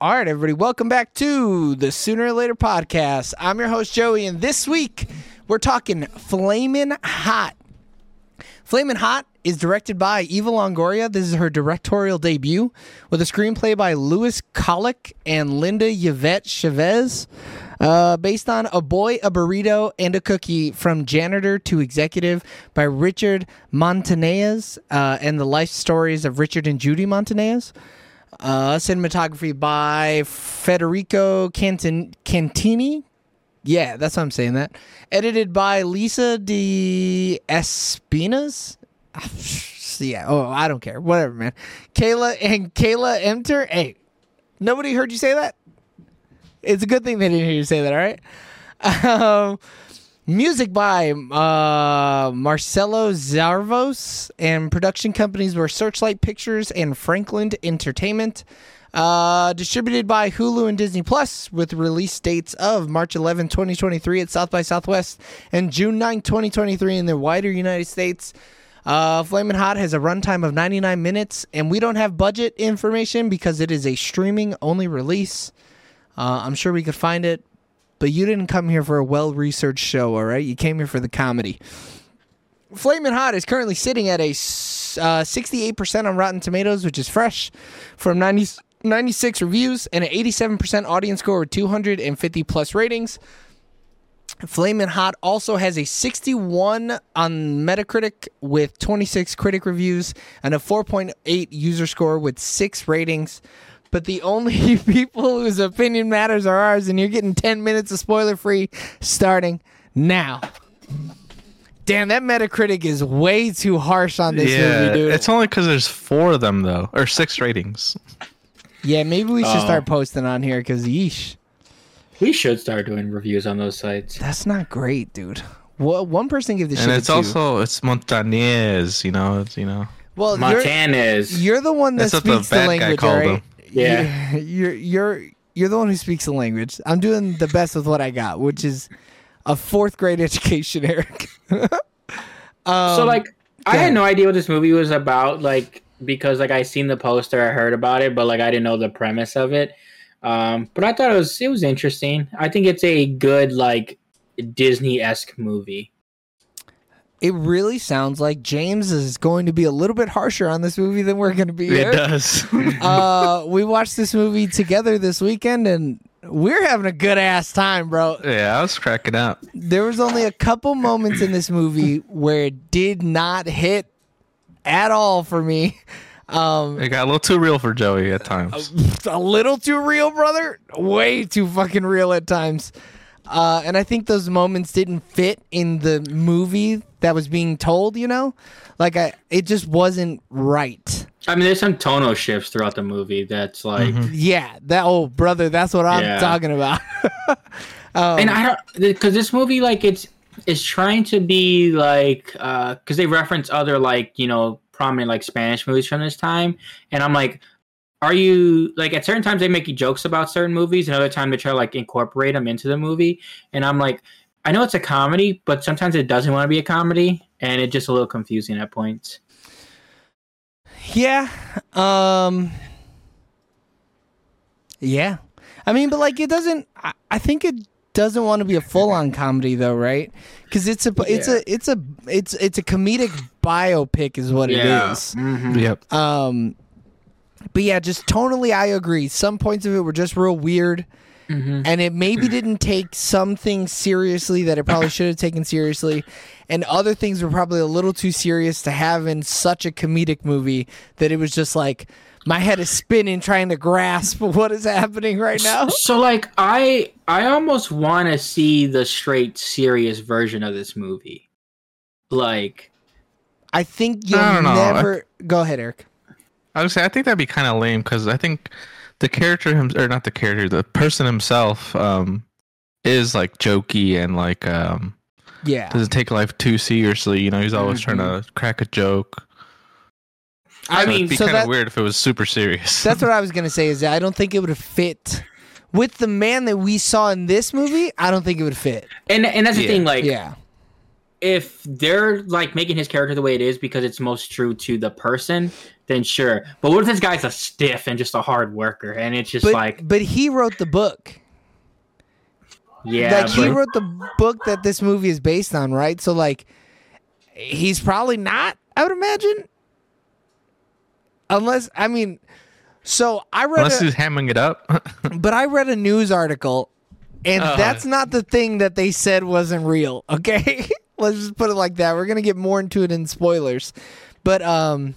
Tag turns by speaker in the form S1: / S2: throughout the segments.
S1: All right, everybody, welcome back to the Sooner or Later podcast. I'm your host, Joey, and this week we're talking Flamin' Hot. Flamin' Hot is directed by Eva Longoria. This is her directorial debut with a screenplay by Louis Colick and Linda Yvette Chavez, uh, based on A Boy, a Burrito, and a Cookie from Janitor to Executive by Richard Montanez uh, and the life stories of Richard and Judy Montanez. Uh, cinematography by Federico Cantin- Cantini. Yeah, that's how I'm saying that. Edited by Lisa de Espinas. yeah. Oh, I don't care. Whatever, man. Kayla and Kayla Emter. Hey, nobody heard you say that. It's a good thing they didn't hear you say that. All right. Um, Music by uh, Marcelo Zarvos, and production companies were Searchlight Pictures and Franklin Entertainment. Uh, distributed by Hulu and Disney Plus, with release dates of March 11, 2023 at South by Southwest and June 9, 2023 in the wider United States. Uh, Flamin' Hot has a runtime of 99 minutes, and we don't have budget information because it is a streaming only release. Uh, I'm sure we could find it, but you didn't come here for a well researched show, all right? You came here for the comedy. Flamin' Hot is currently sitting at a s- uh, 68% on Rotten Tomatoes, which is fresh from 90, 96 reviews and an 87% audience score with 250 plus ratings. Flamin' Hot also has a 61 on Metacritic with 26 critic reviews and a 4.8 user score with six ratings. But the only people whose opinion matters are ours, and you're getting 10 minutes of spoiler free starting now. Damn, that Metacritic is way too harsh on this
S2: yeah,
S1: movie, dude.
S2: it's only because there's four of them though, or six ratings.
S1: yeah, maybe we should
S2: Oh.
S1: start posting on here because yeesh.
S3: We should start doing reviews on those sites.
S1: That's not great, dude. What, one person gave this
S2: And
S1: shit
S2: it's
S1: a two.
S2: also it's Montañez, you know, it's, you know.
S1: well, you're-
S3: Montanez.
S1: You're the one that
S2: That's what the
S1: speaks the,
S2: bad guy
S1: language,
S2: called
S1: right?
S2: him.
S3: Yeah.
S1: You're you're you're the one who speaks the language. I'm doing the best with what I got, which is a fourth grade education, Eric.
S3: so like, I
S1: um, ahead.
S3: had no idea what this movie was about. Like, because like I seen the poster, I heard about it, but like I didn't know the premise of it. Um, but I thought it was it was interesting. I think it's a good like Disney esque movie.
S1: It really sounds like James is going to be a little bit harsher on this movie than we're going to be.
S2: It
S1: Eric.
S2: does.
S1: Uh, we watched this movie together this weekend, and we're having a good ass time, bro.
S2: yeah, I was cracking up.
S1: there was only a couple moments in this movie where it did not hit at all for me. Um,
S2: It got a little too real for Joey at times.
S1: a little too real, brother. Way too fucking real at times. Uh, and I think those moments didn't fit in the movie that was being told. You know, like I, it just wasn't right.
S3: I mean, there's some tonal shifts throughout the movie that's like,
S1: Yeah, that oh brother, that's what I'm
S3: Yeah.
S1: talking about. Um,
S3: and I don't because this movie like it's it's trying to be like because they reference other like you know prominent like Spanish movies from this time, and I'm like, are you like at certain times they make you jokes about certain movies, and other time they try to like incorporate them into the movie, and I'm like, I know it's a comedy, but sometimes it doesn't want to be a comedy, and it's just a little confusing at points.
S1: Yeah. Um Yeah. I mean, but like it doesn't I, I think it doesn't want to be a full-on comedy though, right? Cuz it's a it's a it's a it's it's a comedic biopic is what it is.
S3: Mhm.
S2: Yep.
S1: Um, but yeah, just tonally, I agree. Some points of it were just real weird,
S2: Mm-hmm.
S1: and it maybe didn't take some things seriously that it probably should have taken seriously, and other things were probably a little too serious to have in such a comedic movie that it was just like my head is spinning trying to grasp what is happening right now.
S3: So like I I almost want to see the straight serious version of this movie, like.
S1: I think you'll
S2: I don't know. I-
S1: never go ahead, Eric.
S2: I would say I think that'd be kind of lame because I think the character him or not the character, the person himself, um, is like jokey and like um
S1: Yeah,
S2: doesn't take life too seriously. You know, he's always trying to crack a joke.
S3: I
S2: So
S3: mean,
S2: it'd be
S1: Mm-hmm. so
S2: kind
S1: that-
S2: of weird if it was super serious.
S1: That's what I was gonna say. Is that I don't think it would fit with the man that we saw in this movie. I don't think it would fit.
S3: and and that's the
S2: Yeah.
S3: thing. Like,
S1: Yeah,
S3: if they're like making his character the way it is because it's most true to the person, then sure. But what if this guy's a stiff and just a hard worker, and it's just
S1: But
S3: like
S1: but he wrote the book.
S3: yeah,
S1: like he
S3: but-
S1: wrote the book that this movie is based on, right? So like he's probably not, I would imagine. Unless I mean so I read
S2: Unless
S1: a,
S2: he's hamming it up.
S1: but I read a news article and
S2: Uh.
S1: that's not the thing that they said wasn't real, okay? Let's just put it like that. We're going to get more into it in spoilers. But um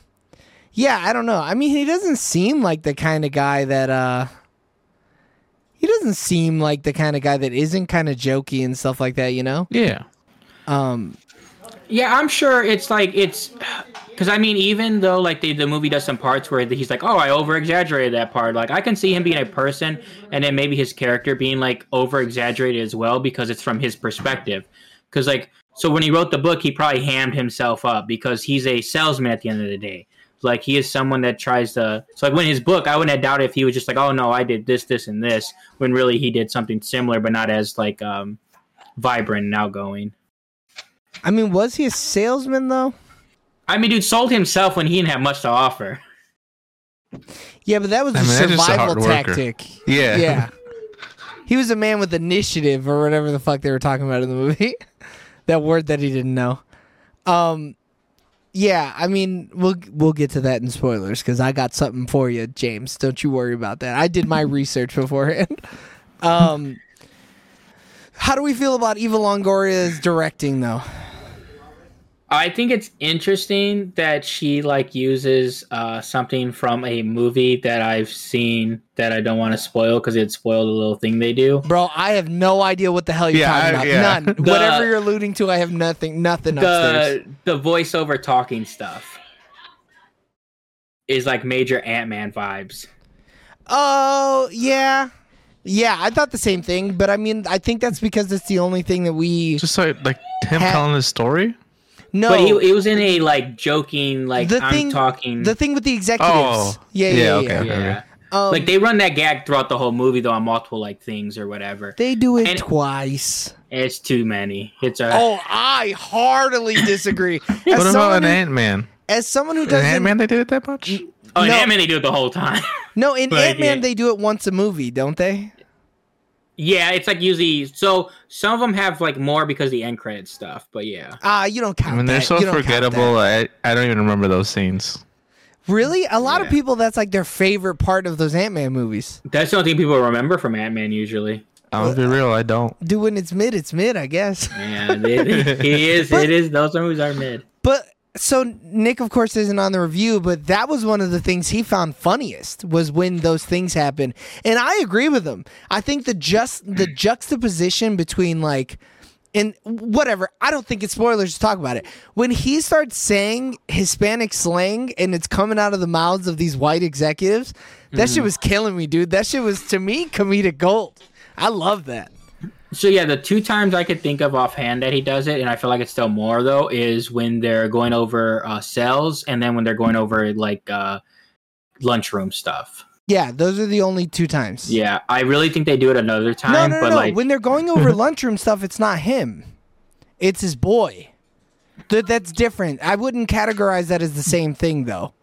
S1: yeah, I don't know. I mean, he doesn't seem like the kind of guy that uh he doesn't seem like the kind of guy that isn't kind of jokey and stuff like that, you know?
S2: yeah.
S1: Um,
S3: Yeah, I'm sure it's like it's because I mean, even though like the the movie does some parts where he's like, "Oh, I over exaggerated that part." Like I can see him being a person, and then maybe his character being like over exaggerated as well because it's from his perspective. Because like, so when he wrote the book, he probably hammed himself up because he's a salesman at the end of the day. Like he is someone that tries to. So like when his book, I wouldn't have doubted if he was just like, "Oh no, I did this, this, and this," when really he did something similar, but not as like um vibrant and outgoing.
S1: I mean, was he a salesman though?
S3: I mean, dude sold himself when he didn't have much to offer.
S1: Yeah, but that was
S2: I
S1: a
S2: mean, that's just a
S1: survival
S2: hard worker.
S1: tactic.
S2: Yeah.
S1: Yeah. He was a man with initiative or whatever the fuck they were talking about in the movie. that word that he didn't know. Um yeah, I mean, we'll we'll get to that in spoilers cuz I got something for you, James. Don't you worry about that. I did my research beforehand. Um How do we feel about Eva Longoria's directing though?
S3: I think it's interesting that she like uses uh, something from a movie that I've seen that I don't want to spoil because it spoiled the little thing they do.
S1: Bro, I have no idea what the hell you're
S2: Yeah,
S1: talking
S2: I-
S1: about.
S2: yeah.
S1: None.
S3: The-
S1: Whatever you're alluding to, I have nothing nothing upstairs.
S3: The the voiceover talking stuff is like major Ant Man vibes.
S1: Oh, yeah. Yeah, I thought the same thing, but I mean, I think that's because it's the only thing that we
S2: Just like like him
S1: Ha-
S2: telling his story.
S1: know.
S3: But he, he was in a like joking like
S1: The
S3: I'm
S1: thing-
S3: talking.
S1: the thing with the executives.
S2: Oh.
S1: yeah, yeah,
S2: Yeah,
S1: yeah.
S2: okay.
S1: yeah.
S3: yeah.
S1: Um,
S3: like they run that gag throughout the whole movie though on multiple like things or whatever.
S1: they do it
S3: and- Uh,
S1: twice.
S3: It's too many. It's a
S1: Oh, I heartily disagree.
S2: What
S1: As
S2: about
S1: someone,
S2: an
S1: who,
S2: Ant Man?
S1: as someone who doesn't
S2: Ant Man, they did it that much?
S3: Oh, and
S1: No.
S3: Ant Man, they do it the whole time.
S1: no, in
S3: But,
S1: Ant Man
S3: yeah.
S1: they do it once a movie, don't they?
S3: yeah, it's like usually. So some of them have like more because the end credit stuff. But yeah,
S1: Ah, you don't count.
S2: I mean, they're
S1: that.
S2: so
S1: You don't count that.
S2: forgettable. I, I don't even remember those scenes.
S1: Really, a lot of
S3: Yeah.
S1: people that's like their favorite part of those Ant Man movies.
S3: that's the only thing people remember from Ant Man usually.
S2: I'll be real, I don't.
S1: Dude, when it's mid, it's mid, I guess.
S3: Yeah, they, he is.
S1: But-
S3: it is. Those movies are mid.
S1: But so Nick, of course, isn't on the review, but that was one of the things he found funniest was when those things happen, and I agree with him. I think the just the juxtaposition between like. And whatever, I don't think it's spoilers to talk about it. When he starts saying Hispanic slang and it's coming out of the mouths of these white executives, that shit was killing me, dude. That shit was to me comedic gold. I love that.
S3: So yeah, the two times I could think of offhand that he does it, and I feel like it's still more though, is when they're going over uh, cells, and then when they're going over like uh, lunchroom stuff.
S1: Yeah, those are the only two times.
S3: Yeah, I really think they do it another time.
S1: No, no, no.
S3: but
S1: no.
S3: like,
S1: when they're going over lunchroom stuff, it's not him. It's his boy. That that's different. I wouldn't categorize that as the same thing, though.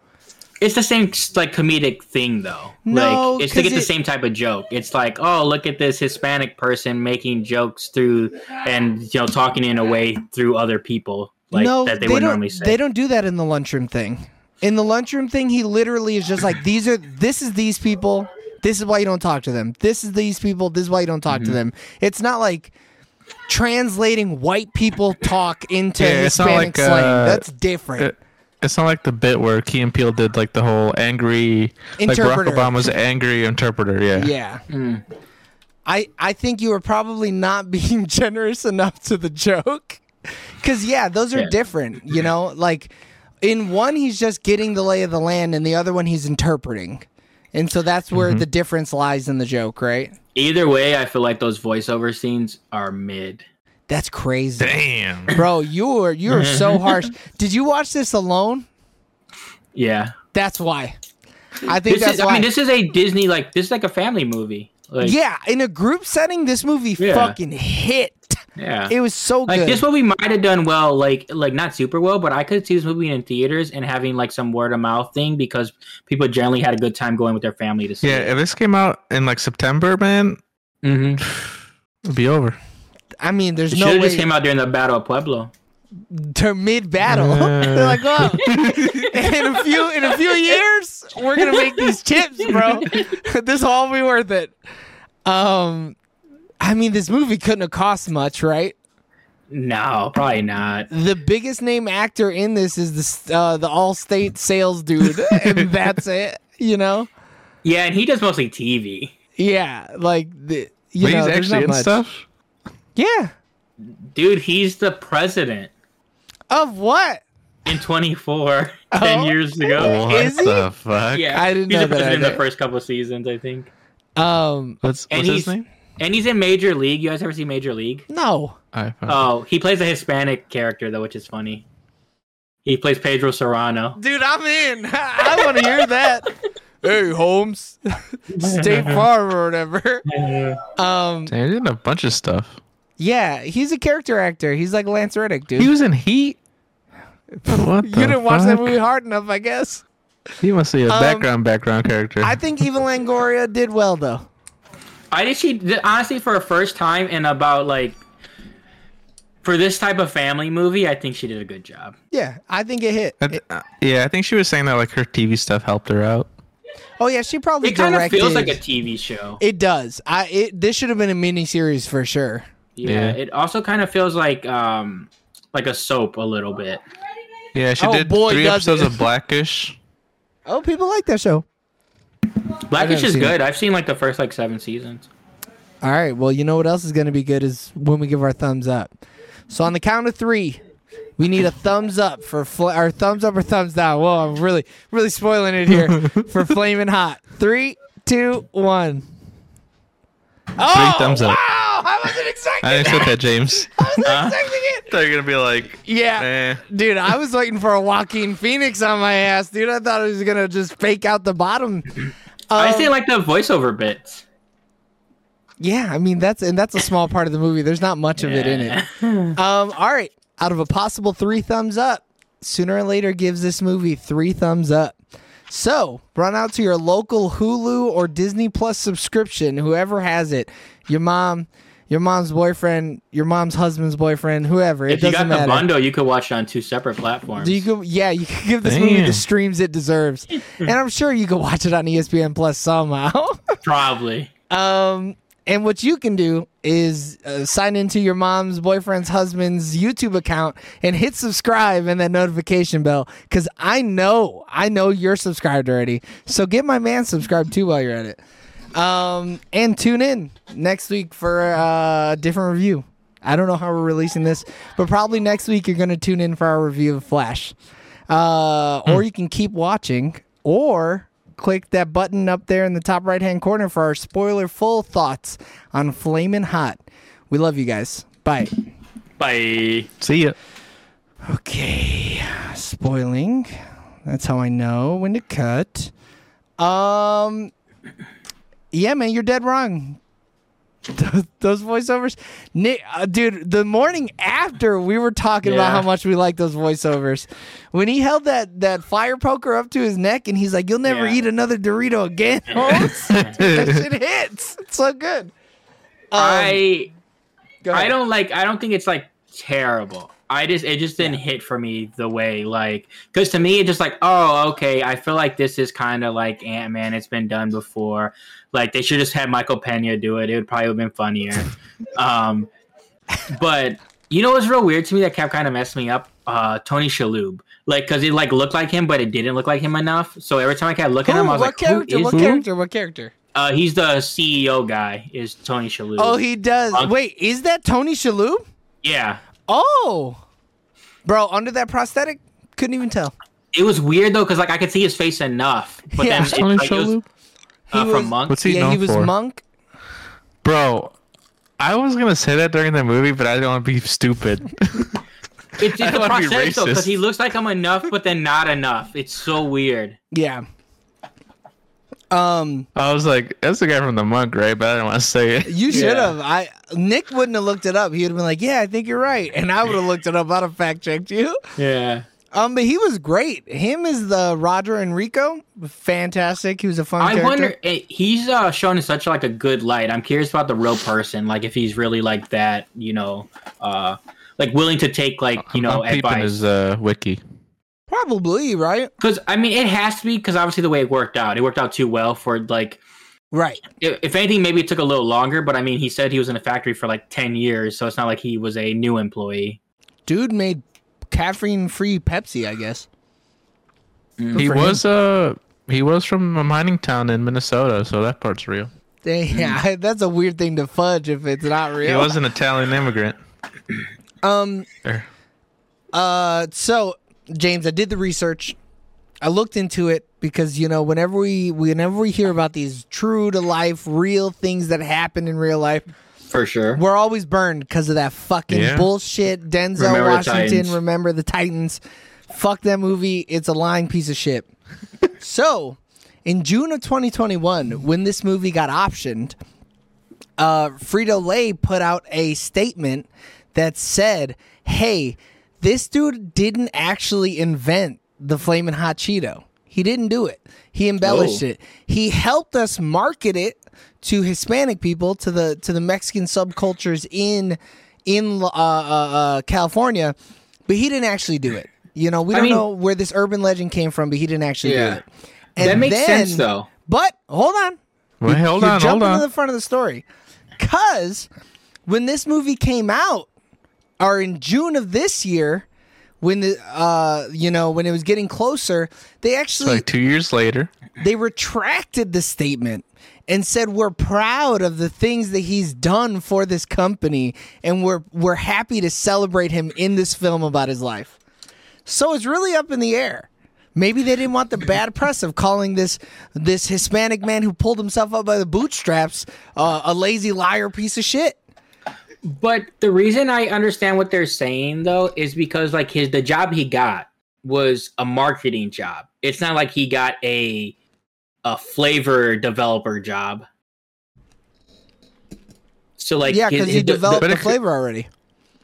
S3: it's the same like comedic thing though.
S1: No,
S3: like it's to
S1: 'cause
S3: get
S1: it-
S3: the same type of joke. It's like, oh, look at this Hispanic person making jokes through and you know talking in a way through other people like
S1: no,
S3: that they,
S1: they
S3: would
S1: don't.
S3: normally say.
S1: They don't do that in the lunchroom thing. In the lunchroom thing, he literally is just like, "These are this is these people. This is why you don't talk to them. This is these people. This is why you don't
S3: Mm-hmm.
S1: talk to them." It's not like translating white people talk into
S2: Yeah, it's not
S1: Hispanic
S2: like,
S1: slang.
S2: uh,
S1: That's different.
S2: It, it's not like the bit where Key and Peele did like the whole angry, like Barack
S1: Interpreter.
S2: Obama's angry interpreter. Yeah.
S1: Yeah. Hmm. I I think you were probably not being generous enough to the joke. Cuz yeah, those are
S3: Yeah.
S1: different, you know? Like in one he's just getting the lay of the land and the other one he's interpreting. And so that's where
S3: Mm-hmm.
S1: the difference lies in the joke, right?
S3: Either way, I feel like those voiceover scenes are mid.
S1: That's crazy.
S2: Damn.
S1: Bro, you're you're
S3: Mm-hmm.
S1: so harsh. Did you watch this alone?
S3: Yeah,
S1: That's why. I think
S3: this
S1: that's
S3: is.
S1: why.
S3: I mean, this is a Disney like this is like a family movie. Like,
S1: yeah, in a group setting this movie
S3: Yeah.
S1: fucking hit.
S3: Yeah.
S1: It was so
S3: like
S1: good.
S3: this movie might have done well, like like not super well, but I could see this movie in theaters and having like some word of mouth thing because people generally had a good time going with their family to see.
S2: Yeah,
S3: it.
S2: if this came out in like September, man,
S3: Mm-hmm.
S2: it'd be over.
S1: I mean, there's
S3: It
S1: no
S3: should
S1: way
S3: have just came out during the Battle of Pueblo.
S1: they're mid battle. they're like, oh, in a few in a few years, we're gonna make these chips, bro. this will all be worth it. Um, I mean, this movie couldn't have cost much, right?
S3: No, probably not.
S1: The biggest name actor in this is this uh, the Allstate sales dude, and that's it. You know,
S3: Yeah, and he does mostly TV.
S1: yeah, like the you
S2: But
S1: know,
S2: he's
S1: there's
S2: actually
S1: not
S2: in
S1: much.
S2: stuff.
S1: Yeah,
S3: Dude, he's the president
S1: of what?
S3: in 24, 10
S1: Oh.
S3: years ago.
S1: Is he?
S2: the fuck?
S3: Yeah,
S1: I didn't
S3: he's
S1: know
S3: the
S1: that
S3: president in
S1: either.
S3: the first couple seasons, I think.
S1: Um,
S2: What's,
S3: And
S2: what's his
S3: he's-
S2: name?
S3: And he's in Major League. You guys ever see Major League?
S1: no,
S2: I
S3: Oh, he plays a Hispanic character though, which is funny. He plays Pedro Serrano.
S1: dude, I'm in. I want to hear that. Hey, Holmes, State Farm or whatever. Um,
S2: Damn, he's in a bunch of stuff.
S1: yeah, he's a character actor. He's like Lance Reddick, dude.
S2: He was in Heat. What
S1: you
S2: the
S1: didn't watch that
S2: fuck?
S1: movie hard enough, I guess.
S2: He must be a
S1: Um,
S2: background background character.
S1: I think Eva Langoria did well though.
S3: I did she th- honestly for a first time in about like for this type of family movie, I think she did a good job.
S1: Yeah, I think it hit.
S2: I th- uh, yeah, I think she was saying that like her TV stuff helped her out.
S1: Oh yeah, she probably
S3: It kind of
S1: directed.
S3: feels like a TV show.
S1: it does. I it this should have been a mini series for sure.
S3: Yeah.
S2: Yeah.
S3: It also kind of feels like um like a soap a little bit.
S2: Yeah, she
S1: Oh,
S2: did
S1: boy,
S2: three
S1: does
S2: episodes
S1: it.
S2: of Blackish.
S1: Oh, people like that show.
S3: Blackish
S1: haven't
S3: is
S1: seen
S3: good. I've seen like the first like seven seasons.
S1: All right. Well, you know what else is going to be good is when we give our thumbs up. So on the count of three, we need a thumbs up for fl- our thumbs up or thumbs down. Whoa, I'm really, really spoiling it here for Flaming Hot. Three, two, one. Oh,
S2: thumbs up.
S1: Wow, I wasn't expecting
S2: I
S1: that.
S2: didn't expect that, James.
S1: I wasn't
S3: Huh?
S1: expecting it.
S2: They're gonna be like,
S1: Yeah.
S2: eh.
S1: Dude, I was waiting for a Joaquin Phoenix on my ass, dude. I thought it was gonna just fake out the bottom.
S3: I
S1: Um,
S3: just didn't like the voiceover bits.
S1: Yeah, I mean that's and that's a small part of the movie. There's not much of it in it. Um, all right, out of a possible three thumbs up, sooner or later gives this movie three thumbs up. So run out to your local Hulu or Disney Plus subscription, whoever has it, your mom, your mom's boyfriend, your mom's husband's boyfriend, whoever. It
S3: If you
S1: doesn't
S3: got the
S1: matter.
S3: bundle, you could watch it on two separate platforms.
S1: Do you go? Yeah, you can give this movie the
S2: Damn.
S1: streams it deserves, and I'm sure you can watch it on E ESPN Plus somehow.
S3: Probably.
S1: Um, and what you can do is uh, sign into your mom's boyfriend's husband's YouTube account and hit subscribe and that notification bell because I know I know you're subscribed already. So get my man subscribed too while you're at it. Um, and tune in next week for uh, a different review. I don't know how we're releasing this, but probably next week you're going to tune in for our review of Flash. Uh, Or you can keep watching, or click that button up there in the top right hand corner for our spoiler full thoughts on Flamin' Hot. We love you guys. Bye.
S3: Bye.
S2: See ya.
S1: Okay. Spoiling. That's how I know when to cut. Um Yeah, man, you're dead wrong. Those- Those voiceovers, Nick, uh, dude. The morning after, we were talking about
S3: Yeah.
S1: how much we like those voiceovers. When he held that that fire poker up to his neck, and he's like, "You'll never
S3: Yeah.
S1: eat another Dorito again." Holmes." that shit hits. It's so good. Um,
S3: I
S1: go
S3: I
S1: ahead.
S3: don't like. I don't think it's like terrible. I just it just didn't hit for me the way like because to me it just like oh okay I feel like this is kind of like Ant Man. It's been done before. Like they should just have Michael Pena do it. It would probably have been funnier. um, but you know what's real weird to me that kept kind of messed me up. Uh, Tony Shalhoub, like because it like looked like him, but it didn't look like him enough. So every time I kept looking
S1: Who,
S3: at him, I was
S1: what
S3: like,
S1: character?
S3: who is
S1: What
S3: he?
S1: character? What character?
S3: Uh, he's the CEO guy. Is Tony Shalhoub?
S1: Oh, he does.
S3: Huh?
S1: Wait, is that Tony Shalhoub?
S3: yeah.
S1: Oh, bro, under that prosthetic, couldn't even tell.
S3: It was weird though, because like I could see his face enough, but
S1: Yeah.
S3: then
S1: Is
S3: it,
S2: Tony
S3: like, it was,
S2: Shalhoub?
S1: He
S3: uh,
S1: was-
S3: from Monk.
S2: What's he
S1: yeah,
S2: known
S1: he was
S2: for?
S1: monk.
S2: Bro, I was gonna say that during the movie, but I don't want to be stupid.
S3: It's,
S2: I
S3: it's a
S2: don't wanna be
S3: prosthetic though, because
S2: racist.
S3: he looks like I'm enough, but then not enough. It's so weird.
S1: Yeah. Um,
S2: I was like, that's the guy from The Monk, right? But I didn't want to say it.
S1: you should have. I Nick wouldn't have looked it up. He would have been like, "Yeah, I think you're right," and I would have looked it up. I'd have fact checked you.
S3: Yeah.
S1: Um, but he was great. Him is the Roger Enrico, fantastic. He was a fun.
S3: I
S1: character.
S3: wonder eh, he's uh, shown in such like a good light. I'm curious about the real person, like if he's really like that, you know, uh, like willing to take like you know
S2: I'm peeping
S3: advice.
S2: his uh, wiki.
S1: Probably right.
S3: Because I mean, it has to be because obviously the way it worked out, it worked out too well for like
S1: Right.
S3: if if anything, maybe it took a little longer. But I mean, he said he was in a factory for like ten years, so it's not like he was a new employee.
S1: Dude made caffeine-free Pepsi. I guess. Good
S2: He
S1: for him.
S2: was uh he was from a mining town in Minnesota, so that part's real.
S1: Yeah, that's a weird thing to fudge if it's not real.
S2: He was an Italian immigrant.
S1: Um.
S2: There.
S1: Uh. So, James, I did the research. I looked into it because you know whenever we whenever we hear about these true to life, real things that happen in real life,
S3: For sure.
S1: we're always burned because of that fucking
S2: Yeah.
S1: bullshit. Denzel
S3: Remember the
S1: Washington,
S3: Titans.
S1: remember the Titans. Fuck that movie. It's a lying piece of shit. so, in June of 2021, when this movie got optioned, uh, Frito Lay put out a statement that said, "Hey, this dude didn't actually invent the flaming hot Cheeto. He didn't do it. He embellished
S3: Oh.
S1: it. He helped us market it to Hispanic people, to the to the Mexican subcultures in in uh, uh, uh, California, but he didn't actually do it. You know, we
S3: I
S1: don't
S3: mean-
S1: know where this urban legend came from, but he didn't actually
S3: Yeah.
S1: do it. And
S3: that makes
S1: then-
S3: sense though.
S1: But hold on,
S2: Wait, hold
S1: you're
S2: on, hold
S1: jumping
S2: on.
S1: to the front of the story. Because when this movie came out, or in June of this year, when the uh, you know when it was getting closer, they
S2: It's
S1: actually
S2: like two years later.
S1: they retracted the statement and said we're proud of the things that he's done for this company, and we're we're happy to celebrate him in this film about his life. So it's really up in the air. Maybe they didn't want the bad press of calling this this Hispanic man who pulled himself up by the bootstraps uh, a lazy liar piece of shit.
S3: But the reason I understand what they're saying though is because like his the job he got was a marketing job. It's not like he got a a flavor developer job. So like
S1: yeah,
S3: his-
S1: because
S3: his
S1: he
S3: de-
S1: developed
S2: but
S1: the
S2: it could-
S1: flavor already.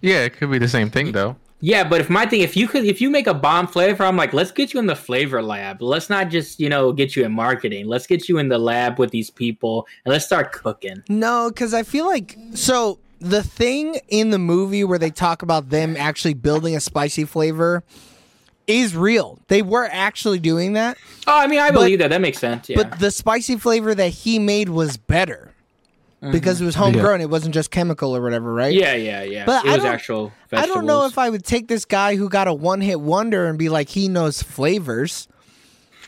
S2: Yeah, it could be the same thing though.
S3: Yeah, but if my thing, if you could, if you make a bomb flavor, I'm like, let's get you in the flavor lab. Let's not just, you know, get you in marketing. Let's get you in the lab with these people and let's start cooking.
S1: No, because I feel like so the thing in the movie where they talk about them actually building a spicy flavor is real. They were actually doing that,
S3: Oh, I mean, I believe that. That makes sense. Yeah.
S1: but the spicy flavor that he made was better because it was homegrown. It wasn't just chemical or whatever, right?
S3: yeah, yeah, yeah.
S1: But
S3: it
S1: I
S3: was
S1: don't-
S3: actual
S1: I
S3: vegetables.
S1: don't know if I would take this guy who got a one-hit wonder and be like he knows flavors.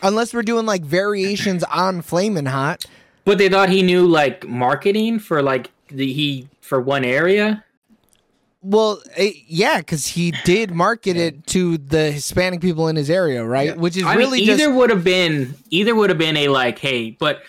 S1: Unless we're doing like variations on Flamin' Hot.
S3: But they thought he knew like marketing for like the he for one area.
S1: Well, it, yeah, because he did market it to the Hispanic people in his area, right? Which is
S3: I
S1: really
S3: mean,
S1: just
S3: either would have been either would have been a like, hey, but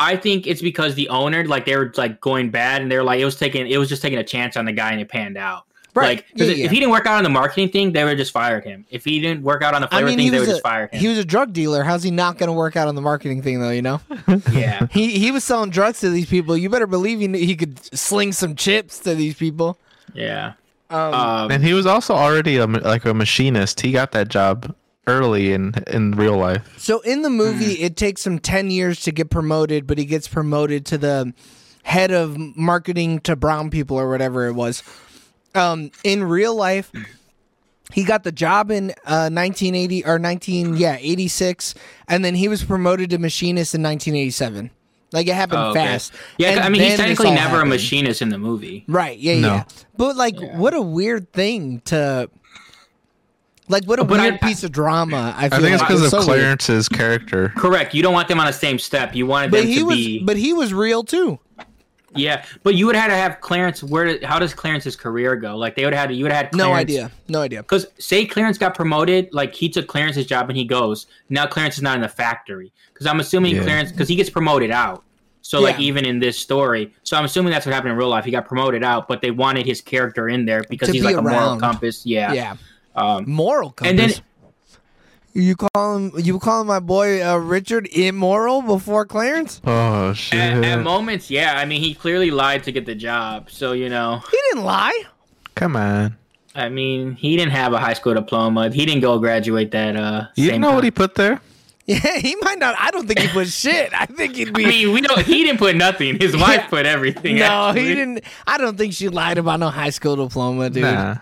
S3: I think it's because the owner like they were like going bad and they're like it was taking it was just taking a chance on the guy and it panned out.
S1: Right.
S3: Like 'cause
S1: Yeah,
S3: if
S1: yeah.
S3: he didn't work out on the marketing thing, they would have just fired him. If he didn't work out on the
S1: I
S3: flavor
S1: mean,
S3: thing,
S1: he
S3: they would
S1: was
S3: just
S1: a,
S3: fire
S1: he
S3: him.
S1: was a drug dealer. How's he not going to work out on the marketing thing though? You know,
S3: yeah.
S1: he he was selling drugs to these people. You better believe he knew he could sling some chips to these people.
S3: Yeah.
S1: Um,
S3: Um,
S2: And he was also already a, ma- like a machinist. He got that job early in in real life.
S1: so in the movie,
S3: Mm.
S1: it takes him ten years to get promoted, but he gets promoted to the head of marketing to brown people or whatever it was. Um, in real life, he got the job in uh, 1980 or 19 yeah 86, and then he was promoted to machinist in 1987. Like it happened
S3: oh, okay.
S1: fast.
S3: Yeah, 'cause,
S1: And
S3: I mean,
S1: then
S3: he's
S1: this
S3: technically
S1: all
S3: never a
S1: happened.
S3: machinist in the movie.
S1: Right. Yeah.
S2: No.
S1: Yeah. But like, what a weird thing to. Like what a
S3: But I-
S1: weird piece of drama. I, feel
S2: I think it's
S1: like.
S2: because
S1: It
S2: of
S1: was so weird.
S2: Clarence's character.
S3: Correct. You don't want them on the same step. You wanted
S1: But
S3: them
S1: he
S3: to
S1: was,
S3: be.
S1: but he was real too.
S3: yeah, but you would have had to have Clarence. Where? How does Clarence's career go? Like they would have had. You would have had.
S1: No
S3: Clarence-
S1: idea. No idea.
S3: Because say Clarence got promoted, like he took Clarence's job and he goes. Now Clarence is not in the factory. Because I'm assuming
S2: Yeah.
S3: Clarence, because he gets promoted out. So like
S1: Yeah.
S3: even in this story, so I'm assuming that's what happened in real life. He got promoted out, but they wanted his character in there because
S1: To
S3: he's
S1: be
S3: like a moral
S1: around.
S3: compass. Yeah.
S1: Yeah.
S3: Um,
S1: Moral compass.
S3: and then
S1: You call him. You call my boy uh, Richard immoral before Clarence.
S2: Oh shit!
S3: At, at moments, yeah. I mean, he clearly lied to get the job. So you know,
S1: He didn't lie.
S2: Come on.
S3: I mean, he didn't have a high school diploma. He didn't go graduate that. Uh,
S2: You
S3: same
S2: know what
S3: time.
S2: he put there?
S1: Yeah, he might not. I don't think he was shit. I think he'd be.
S3: I mean, we don't. He didn't put nothing. His wife
S1: Yeah.
S3: put everything.
S1: no,
S3: actually.
S1: he didn't. I don't think she lied about no high school diploma, dude.
S2: Nah.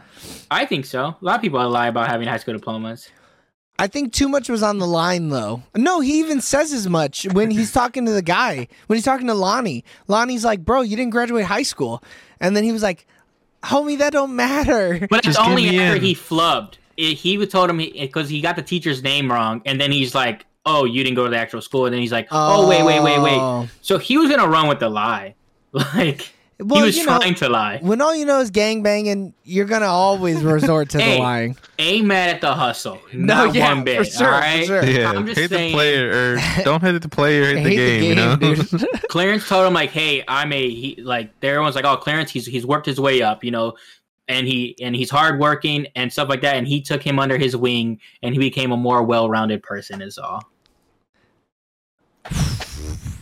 S3: I think so. A lot of people lie about having high school diplomas.
S1: I think too much was on the line, though. No, he even says as much when he's talking to the guy. When he's talking to Lonnie, Lonnie's like, "Bro, you didn't graduate high school," and then he was like, "Homie, that don't matter."
S3: But that's
S2: Just give
S3: only
S2: me
S3: after
S2: in.
S3: he flubbed. It, he told him because he, got the teacher's name wrong, and then he's like, "Oh, you didn't go to the actual school." And then he's like, "Oh, wait, wait, wait,
S1: Oh.
S3: wait." So he was gonna run with the lie, like
S1: Well,
S3: he was
S1: you know-
S3: trying to lie.
S1: When all you know is gangbanging, you're gonna always resort to the
S3: Hey.
S1: lying.
S3: Ain't mad at the hustle.
S1: No,
S3: Not
S1: yeah,
S3: one bit.
S1: for sure,
S3: all right.
S1: for sure.
S2: Yeah.
S3: I'm just
S2: hate
S3: saying-
S2: the player or don't hate the player, hate, the, game, You know.
S1: dude.
S3: Clarence told him like, "Hey, I'm a he, like." Everyone's like, "Oh, Clarence, he's he's worked his way up, you know, and he and he's hardworking and stuff like that." And he took him under his wing, and he became a more well-rounded person. Is all.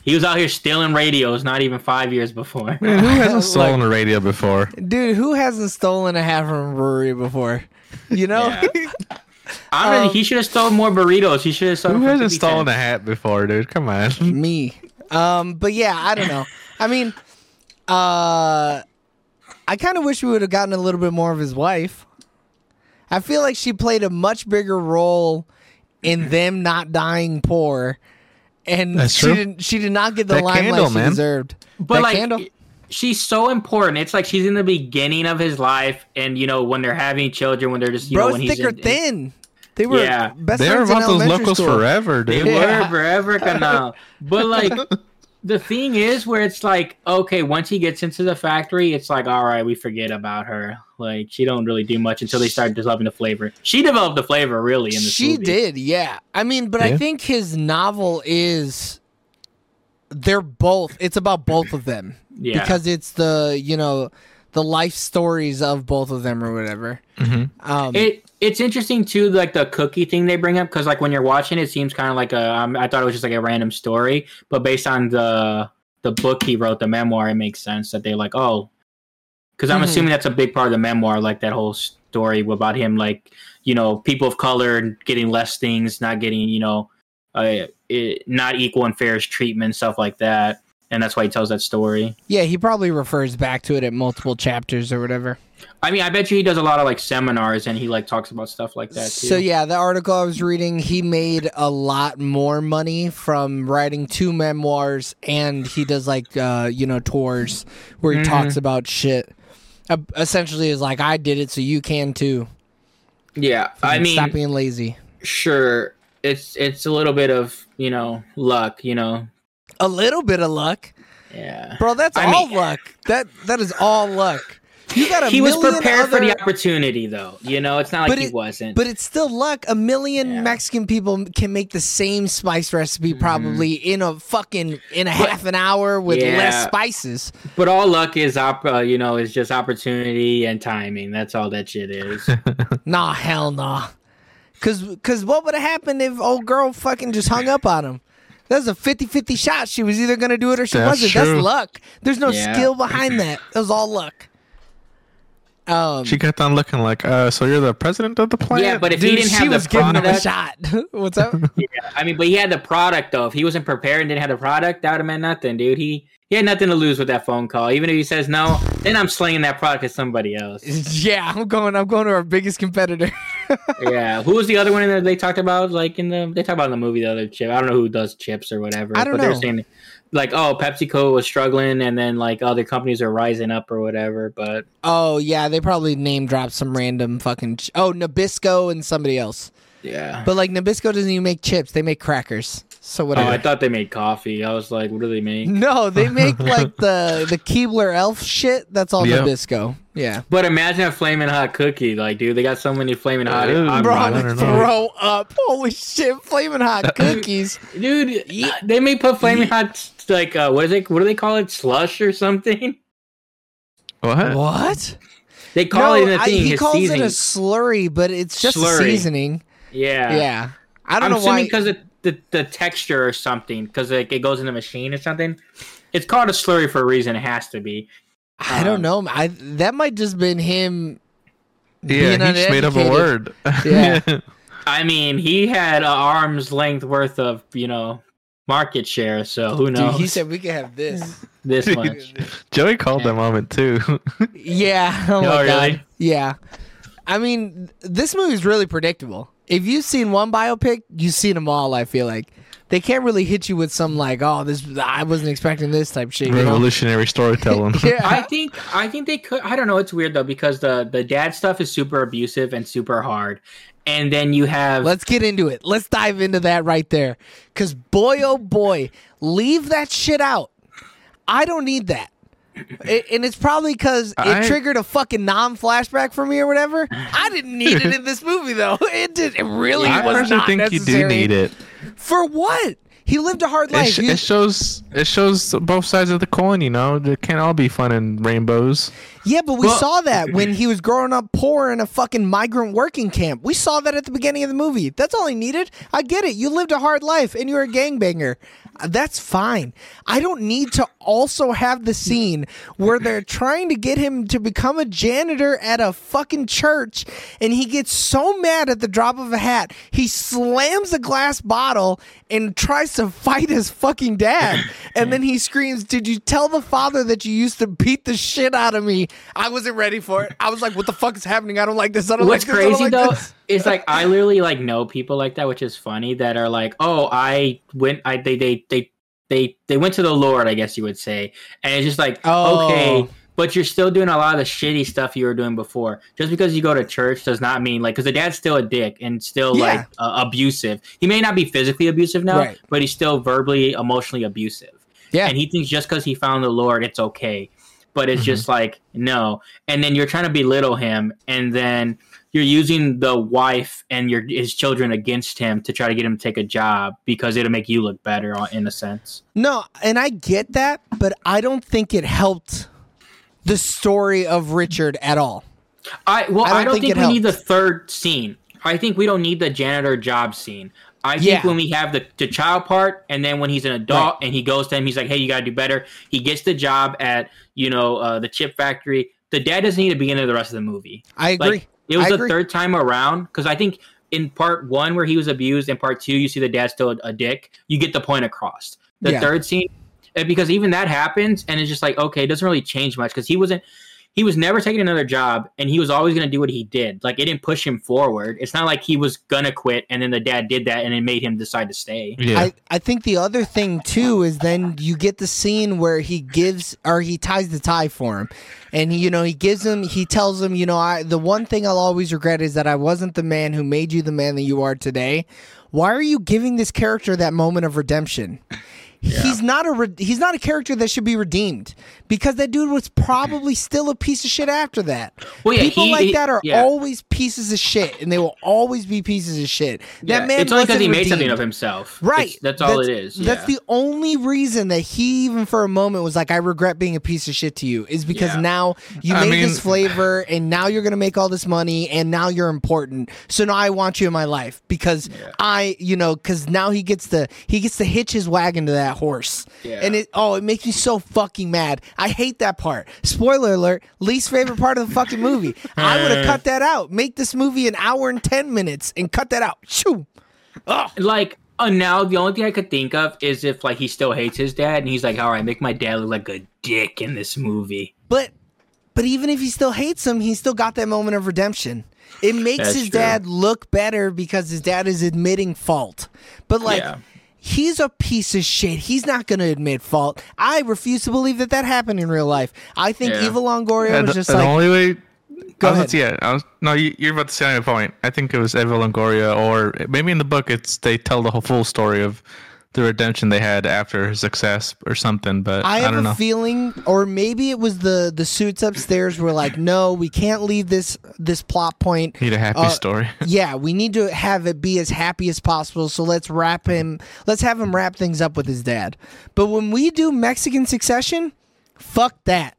S3: He was out here stealing radios, not even five years before.
S2: Man, who hasn't stolen
S1: Like-
S2: a radio before?
S1: Dude, who hasn't stolen a half from a brewery before? You know,
S3: Yeah. I mean,
S1: Um,
S3: he should have stolen more burritos. He should have stolen.
S2: Who
S3: from
S2: hasn't
S3: 50
S2: stolen a
S3: cents.
S2: hat before, dude? Come on.
S1: me. Um, but yeah, I don't know. I mean, uh, I kind of wish we would have gotten a little bit more of his wife. I feel like she played a much bigger role in them not dying poor, and
S2: Mm-hmm. That's
S1: she
S2: true.
S1: didn't. She did not get the
S2: That
S1: limelight
S2: candle,
S1: she
S2: man.
S1: deserved.
S3: But
S1: That
S3: like,
S1: candle.
S3: she's so important. It's like she's in the beginning of his life, and you know when they're having children, when they're just you know
S1: bro,
S3: when
S1: thick
S3: he's
S1: or
S3: in- in-
S1: thin. They were
S3: Yeah.
S1: best
S2: They were
S1: friends in
S2: about those
S1: elementary
S2: locals
S1: school.
S2: forever, dude.
S3: They
S1: Yeah.
S3: were forever canal. But like the thing is where it's like, okay, once he gets into the factory, it's like, all right, we forget about her. Like she don't really do much until they start developing the flavor. She developed the flavor really in this
S1: she
S3: movie.
S1: did yeah i mean but i
S2: Yeah.
S1: think his novel is they're both it's about both of them
S3: Yeah.
S1: because it's the you know the life stories of both of them or whatever
S2: Mhm.
S1: um
S3: It it's interesting too, like the cookie thing they bring up, because like when you're watching, it seems kind of like a. Um, I thought it was just like a random story, but based on the the book he wrote, the memoir, it makes sense that they're like, oh, because I'm
S1: Mhm.
S3: assuming that's a big part of the memoir, like that whole story about him, like you know, people of color getting less things, not getting you know, uh, it, not equal and fair treatment, stuff like that, and that's why he tells that story.
S1: yeah he probably refers back to it at multiple chapters or whatever
S3: I mean, I bet you he does a lot of like seminars and he like talks about stuff like that too.
S1: so yeah the article i was reading he made a lot more money from writing two memoirs and he does like uh you know tours where he
S3: Mm-hmm.
S1: talks about shit Uh, essentially is like i did it so you can too
S3: yeah. I mean,
S1: stop being lazy
S3: sure it's it's a little bit of you know luck you know
S1: A little bit of luck,
S3: yeah
S1: bro. That's
S3: I
S1: all
S3: mean-
S1: luck. That that is all luck. You got a
S3: he was
S1: million
S3: prepared for the
S1: other-
S3: opportunity though you know it's not like
S1: But
S3: he
S1: it-
S3: wasn't
S1: but it's still luck. A million
S3: Yeah.
S1: Mexican people can make the same spice recipe probably in a fucking in a half an hour with less
S3: Mm-hmm. Yeah.
S1: spices.
S3: but all luck is op- uh, you know is just opportunity and timing that's all that shit is
S1: Nah, hell nah. Cause cause what would have happened if old girl fucking just hung up on him? That was a 50-50 shot. She was either gonna do it or she
S2: That's
S1: wasn't.
S2: true.
S1: That's luck. There's no
S3: Yeah.
S1: skill behind that. That was all luck. Um,
S2: She got done looking like, uh, so you're the president of the plant?
S3: yeah but if he
S1: dude,
S3: didn't
S1: she
S3: have
S1: was
S3: the
S1: giving him a
S3: product
S1: shot. What's up?
S3: i mean but he had the product though if he wasn't prepared and didn't have the product that would have meant nothing dude he he had nothing to lose with that phone call even if he says no then i'm slinging that product at somebody else
S1: yeah, I'm going. I'm going to our biggest competitor.
S3: yeah who was the other one that they talked about like in the they talk about in the movie the other chip i don't know who does chips or whatever
S1: I don't
S3: but they're
S1: know.
S3: saying like oh pepsico was struggling and then like other companies are rising up or whatever but
S1: oh yeah, they probably name dropped some random fucking. Ch- oh, Nabisco and somebody else.
S3: yeah
S1: But like Nabisco doesn't even make chips; they make crackers. So
S3: oh
S1: whatever.
S3: i thought they made coffee i was like what do they make
S1: no, they make like the the Keebler Elf shit. That's all
S2: Yep.
S1: Nabisco. Yeah,
S3: but imagine a flaming hot cookie like dude they got so many flaming hot
S2: Ew.
S3: hot
S1: bro,
S2: I
S1: I'm
S3: rods.
S1: gonna
S2: don't know.
S1: throw up. Holy shit, flaming hot cookies.
S3: dude uh, they may put flaming hot like uh what is it what do they call it slush or something
S2: What?
S1: what?
S3: they call it in
S1: no,
S3: the
S1: I-
S3: thing
S1: he
S3: it's
S1: calls it a
S3: seasoning.
S1: slurry, but it's just a
S3: Slurry.
S1: seasoning.
S3: yeah
S1: yeah. I don't
S3: I'm
S1: know why.
S3: assuming because the, the the texture or something, because like it goes in the machine or something. It's called a slurry for a reason. It has to be.
S1: I don't
S3: um,
S1: know. I that might just been him.
S2: Yeah, he
S1: being
S2: just made up a
S1: uneducated.
S2: word.
S1: Yeah.
S3: I mean, he had a arm's length worth of you know market share. So who
S1: Dude,
S3: knows?
S1: he said we could have this.
S3: this
S2: Dude.
S3: much.
S2: Joey called that moment too.
S1: Yeah. Oh
S3: No,
S1: my
S3: really?
S1: God. Yeah. I mean, this movie's really predictable. If you've seen one biopic, you've seen them all. I feel like they can't really hit you with some like, "Oh, this I wasn't expecting this" type shit. You know?
S2: Revolutionary storytelling.
S3: I
S1: Yeah.
S3: think I think they could. I don't know. It's weird though because the the dad stuff is super abusive and super hard, and then you have
S1: Let's get into it. Let's dive into that right there, because boy, oh boy, leave that shit out. I don't need that. It, and it's probably because it
S2: I-
S1: triggered a fucking non-flashback for me or whatever. I didn't need it in this movie though. It did. It really
S2: I
S1: was
S2: personally
S1: not
S2: think
S1: necessary.
S2: you do need it.
S1: For what? He lived a hard
S2: It,
S1: life.
S2: sh-
S1: He-
S2: it shows it shows both sides of the coin. You know, it can't all be fun and rainbows.
S1: yeah, but we
S3: Well-
S1: saw that when he was growing up poor in a fucking migrant working camp. We saw that at the beginning of the movie. That's all he needed. I get it. You lived a hard life and you're a gangbanger. Uh, That's fine. I don't need to also have the scene where they're trying to get him to become a janitor at a fucking church and he gets so mad at the drop of a hat, he slams a glass bottle and tries to fight his fucking dad. And then he screams, Did you tell the father that you used to beat the shit out of me? I wasn't ready for it. I was like, What the fuck is happening? I don't like this. I don't
S3: What's
S1: like this. I don't
S3: crazy
S1: like
S3: though
S1: this."
S3: is like I literally like know people like that, which is funny. That are like, oh, I went, I they they they they they went to the Lord, I guess you would say, and it's just like,
S1: Oh.
S3: okay, but you're still doing a lot of the shitty stuff you were doing before. Just because you go to church does not mean like because the dad's still a dick and still
S1: Yeah.
S3: like uh, abusive. He may not be physically abusive now,
S1: Right.
S3: but he's still verbally, emotionally abusive.
S1: Yeah.
S3: and he thinks just because he found the Lord, it's okay. But it's just like no, and then you're trying to belittle him, and then you're using the wife and your his children against him to try to get him to take a job because it'll make you look better on- in a sense.
S1: No, and I get that, but I don't think it helped the story of Richard at all.
S3: I well, I don't, think,
S1: it
S3: we need the third scene. I think we don't need the janitor job scene. I think
S1: Yeah.
S3: when we have the, the child part, and then when he's an adult and he goes to him, he's like, "Hey, you gotta do better." He gets the job at you know uh, the chip factory. The dad doesn't need to be in there the rest of the movie.
S1: I agree.
S3: Like, it was
S1: I
S3: the
S1: agree.
S3: third time around because I think in part one where he was abused, in part two you see the dad's still a, a dick. You get the point across. The
S1: Yeah.
S3: third scene, eh, because even that happens, and it's just like okay, it doesn't really change much because he wasn't. He was never taking another job, and he was always going to do what he did. Like it didn't push him forward. It's not like he was gonna quit, and then the dad did that, and it made him decide to stay.
S2: Yeah,
S1: I, I think the other thing too is then you get the scene where he gives or he ties the tie for him and you know he gives him he tells him you know I the one thing I'll always regret is that I wasn't the man who made you the man that you are today why are you giving this character that moment of redemption he's not a re- he's not a character that should be redeemed because that dude was probably still a piece of shit after that
S3: Well, yeah,
S1: people
S3: he-
S1: like
S3: he-
S1: that are
S3: yeah.
S1: always pieces of shit and they will always be pieces of shit that
S3: Yeah,
S1: man
S3: it's only because
S1: wasn't
S3: he made
S1: redeemed.
S3: something of himself.
S1: Right.
S3: It's- that's all it is.
S1: That's
S3: yeah.
S1: the only reason that he even for a moment was like, I regret being a piece of shit to you is because
S3: Yeah.
S1: now you
S2: I
S1: made
S2: mean-
S1: this flavor and now you're gonna make all this money and now you're important. So now I want you in my life because I, you know, because now he gets to he gets to hitch his wagon to that horse.
S3: Yeah.
S1: And it oh, it makes me so fucking mad. I hate that part. Spoiler alert, least favorite part of the fucking movie. I would have cut that out. Make this movie an hour and ten minutes and cut that out. Shoo.
S3: like uh, now the only thing I could think of is if like he still hates his dad and he's like, all right, make my dad look like a dick in this movie.
S1: But but even if he still hates him, he still got that moment of redemption. It makes
S3: That's
S1: his
S3: true.
S1: dad look better because his dad is admitting fault. But like
S3: Yeah.
S1: he's a piece of shit. He's not going to admit fault. I refuse to believe that that happened in real life. I think
S3: Yeah.
S1: Eva Longoria
S2: And
S1: was
S2: the-
S1: just
S2: and the
S1: like
S2: only way.
S1: Go
S2: I was, Yeah, I was, no, you, you're about to say my point. I think it was Eva Longoria, or maybe in the book, it's they tell the whole full story of the redemption they had after her success or something. But
S1: I
S2: I,
S1: have
S2: don't
S1: a
S2: know.
S1: feeling, or maybe it was the the suits upstairs were like, no, we can't leave this this plot point.
S2: Need a happy
S1: uh,
S2: story.
S1: yeah, we need to have it be as happy as possible. So let's wrap him. Let's have him wrap things up with his dad. But when we do Mexican Succession, fuck that.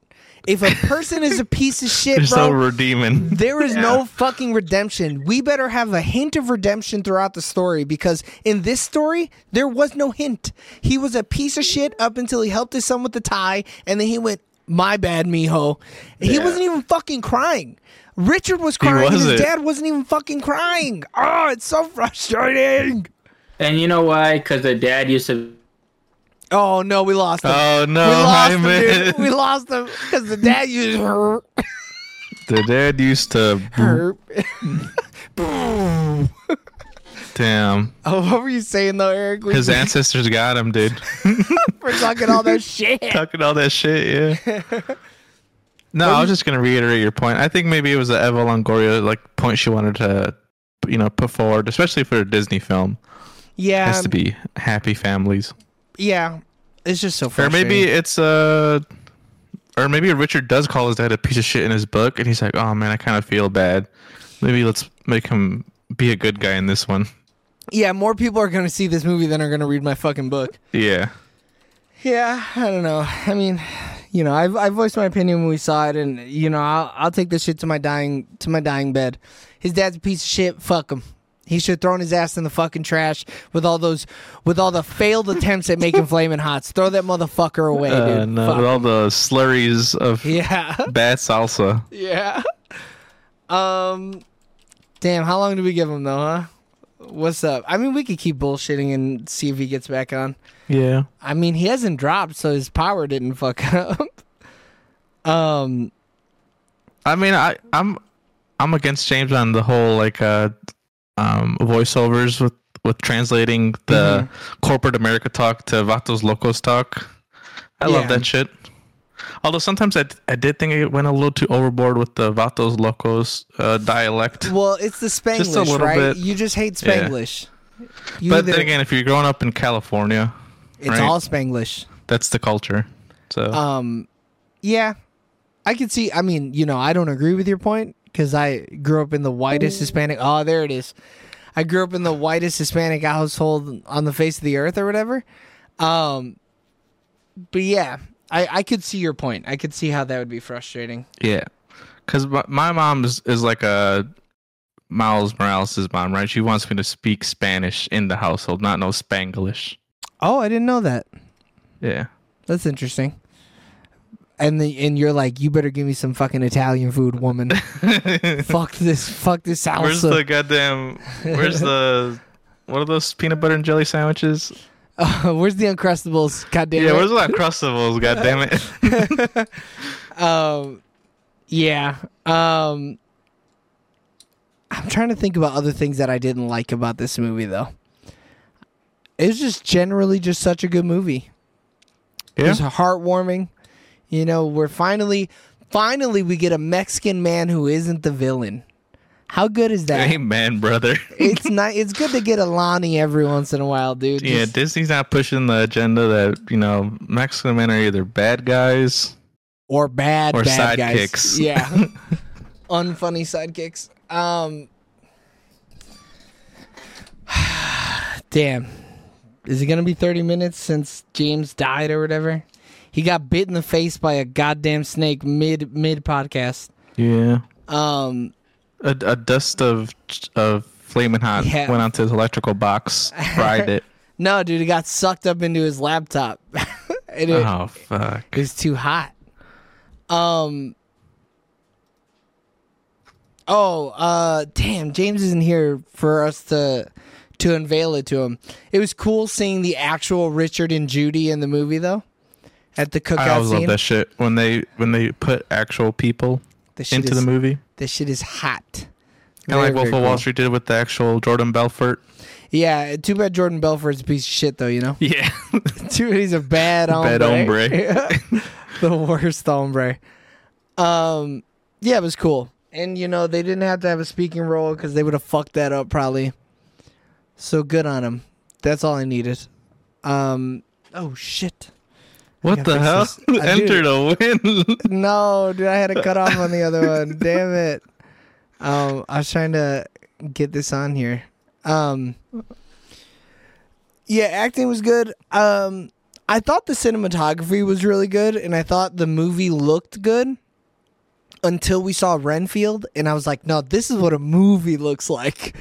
S1: If a person is a piece of shit,
S2: There's no
S1: bro,
S2: redeeming.
S1: there is
S3: Yeah.
S1: no fucking redemption. We better have a hint of redemption throughout the story because in this story, there was no hint. He was a piece of shit up until he helped his son with the tie, and then he went, My bad, mijo. He
S3: Yeah.
S1: wasn't even fucking crying. Richard was crying. and His
S2: wasn't.
S1: dad wasn't even fucking crying. Oh, it's so frustrating.
S3: And you know why? Because the dad used to.
S1: Oh, no, we lost him.
S2: Oh no,
S1: we lost
S2: I
S1: him,
S2: meant
S1: dude. We lost him because the dad used her.
S2: the dad used to.
S1: her.
S2: Damn,
S1: Oh, what were you saying though, Eric? We
S2: his ancestors got him, dude.
S1: were talking all that shit.
S2: Talking all that shit, yeah. No, I was just gonna reiterate your point. I think maybe it was the Eva Longoria like point she wanted to, you know, put forward, especially for a Disney film.
S1: Yeah,
S2: has to be happy families,
S1: yeah. It's just so
S2: or
S1: frustrating.
S2: maybe it's uh, or maybe Richard does call his dad a piece of shit in his book, and he's like, "Oh man, I kind of feel bad. Maybe let's make him be a good guy in this one."
S1: yeah, more people are gonna see this movie than are gonna read my fucking book.
S2: Yeah,
S1: Yeah, I don't know. I mean, you know, I've I voiced my opinion when we saw it, and you know, I'll I'll take this shit to my dying to my dying bed. His dad's a piece of shit. Fuck him. He should have thrown his ass in the fucking trash with all those with all the failed attempts at making flaming hots. Throw that motherfucker away,
S2: uh,
S1: dude.
S2: no,
S1: Fuck.
S2: with all the slurries of
S1: Yeah.
S2: bad salsa.
S1: Yeah. Um Damn, how long do we give him though, huh? What's up? I mean, we could keep bullshitting and see if he gets back on.
S2: Yeah,
S1: I mean, he hasn't dropped, so his power didn't fuck up. Um
S2: I mean, I I'm I'm against James on the whole like uh um voiceovers with with translating the
S1: Mm-hmm.
S2: corporate America talk to Vatos Locos talk. I
S1: Yeah.
S2: love that shit. Although sometimes I, I did think it went a little too overboard with the Vatos Locos uh, dialect.
S1: well, it's the Spanglish,
S2: Just a little
S1: right?
S2: bit.
S1: You just hate
S2: Yeah.
S1: Spanglish. You
S2: but
S1: either-
S2: then again, if you're growing up in California,
S1: it's
S2: right.
S1: all Spanglish.
S2: that's the culture. So
S1: Um yeah. I can see I mean, you know, I don't agree with your point cuz I grew up in the whitest Hispanic Oh, there it is. I grew up in the whitest Hispanic household on the face of the earth or whatever. Um but yeah, I I could see your point. I could see how that would be frustrating.
S2: Yeah, because my, my mom is, is like a Miles Morales' mom, right? She wants me to speak Spanish in the household, not no Spanglish.
S1: Oh, I didn't know that.
S2: Yeah,
S1: That's interesting. And the, and you're like, you better give me some fucking Italian food, woman. fuck this, fuck this salsa.
S2: where's the goddamn? Where's the? What are those peanut butter and jelly sandwiches?
S1: where's the Uncrustables? God damn
S2: Yeah,
S1: it.
S2: where's that crustables? God damn it!
S1: um, yeah. Um, I'm trying to think about other things that I didn't like about this movie, though. It was just generally just such a good movie. It
S2: Yeah,
S1: was heartwarming. You know, we're finally, finally, we get a Mexican man who isn't the villain. How good is that?
S2: amen, brother.
S1: it's not. It's good to get a Lonnie every once in a while, dude.
S2: Yeah,
S1: Just-
S2: Disney's not pushing the agenda that you know Mexican men are either bad guys
S1: or bad
S2: or
S1: bad guys.
S2: sidekicks.
S1: Yeah, unfunny sidekicks. Um, damn, is it gonna be thirty minutes since James died or whatever? He got bit in the face by a goddamn snake mid mid podcast.
S2: Yeah,
S1: Um,
S2: a, a dust of of flaming hot
S1: Yeah.
S2: went onto his electrical box, fried it.
S1: no, dude, he got sucked up into his laptop, and it,
S2: oh fuck!
S1: It was too hot. Um. Oh, uh, damn! James isn't here for us to to unveil it to him. It was cool seeing the actual Richard and Judy in the movie, though. At the cookout
S2: I always
S1: scene,
S2: love that shit when they when they put actual people
S1: This shit
S2: into
S1: is,
S2: the movie.
S1: This shit is hot.
S2: Kind of like
S1: Very,
S2: Wolf
S1: very
S2: of Wall
S1: cool.
S2: Street did with the actual Jordan Belfort.
S1: Yeah, too bad Jordan Belfort's a piece of shit, though. You know,
S2: Yeah,
S1: too he's a bad hombre.
S2: Bad hombre.
S1: Yeah. the worst hombre. Um, yeah, it was cool. And you know they didn't have to have a speaking role because they would have fucked that up probably. So good on him. That's all I needed. Um, oh shit!
S2: what
S1: gotta
S2: the
S1: fix
S2: hell?
S1: this. uh, I do.
S2: Enter the win.
S1: No, dude, I had a cut off on the other one. Damn it! Um, I was trying to get this on here. Um, yeah, acting was good. Um, I thought the cinematography was really good, and I thought the movie looked good until we saw Renfield, and I was like, no, this is what a movie looks like.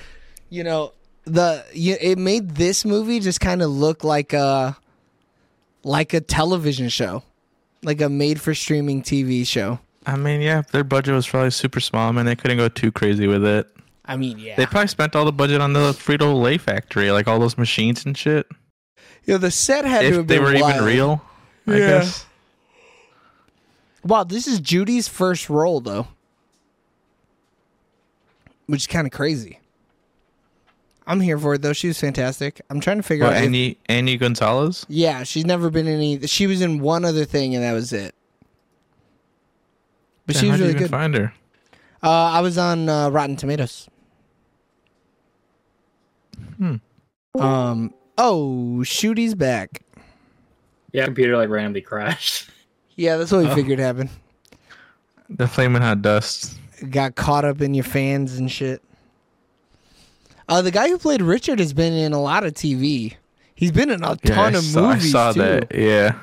S1: You know, the you, it made this movie just kind of look like a like a television show, like a made for streaming TV show.
S2: I mean, yeah, their budget was probably super small. I mean, they couldn't go too crazy with it.
S1: I mean, yeah.
S2: They probably spent all the budget on the Frito Lay factory, like all those machines and shit.
S1: you know, the set had to
S2: If
S1: have
S2: they
S1: been
S2: were
S1: wild.
S2: even real, I
S1: Yeah.
S2: guess.
S1: Wow, this is Judy's first role though. Which is kind of crazy. I'm here for it though. She was fantastic. I'm trying to figure
S2: What,
S1: out if-
S2: Annie Annie Gonzalez?
S1: Yeah, she's never been in any. She was in one other thing, and that was it. But
S2: Damn,
S1: she was
S2: how'd you
S1: really
S2: even
S1: good. Uh,
S2: Find her.
S1: I was on uh, Rotten Tomatoes. Hmm. Um. Oh, shooty's back.
S3: Yeah, computer like randomly crashed.
S1: Yeah, that's what
S2: Oh.
S1: we figured happened.
S2: The flaming hot dust.
S1: Got caught up in your fans and shit. Uh, the guy who played Richard has been in a lot of TV. He's been in a
S2: Yeah,
S1: ton
S2: I
S1: of
S2: saw,
S1: movies
S2: I saw
S1: too.
S2: that. Yeah.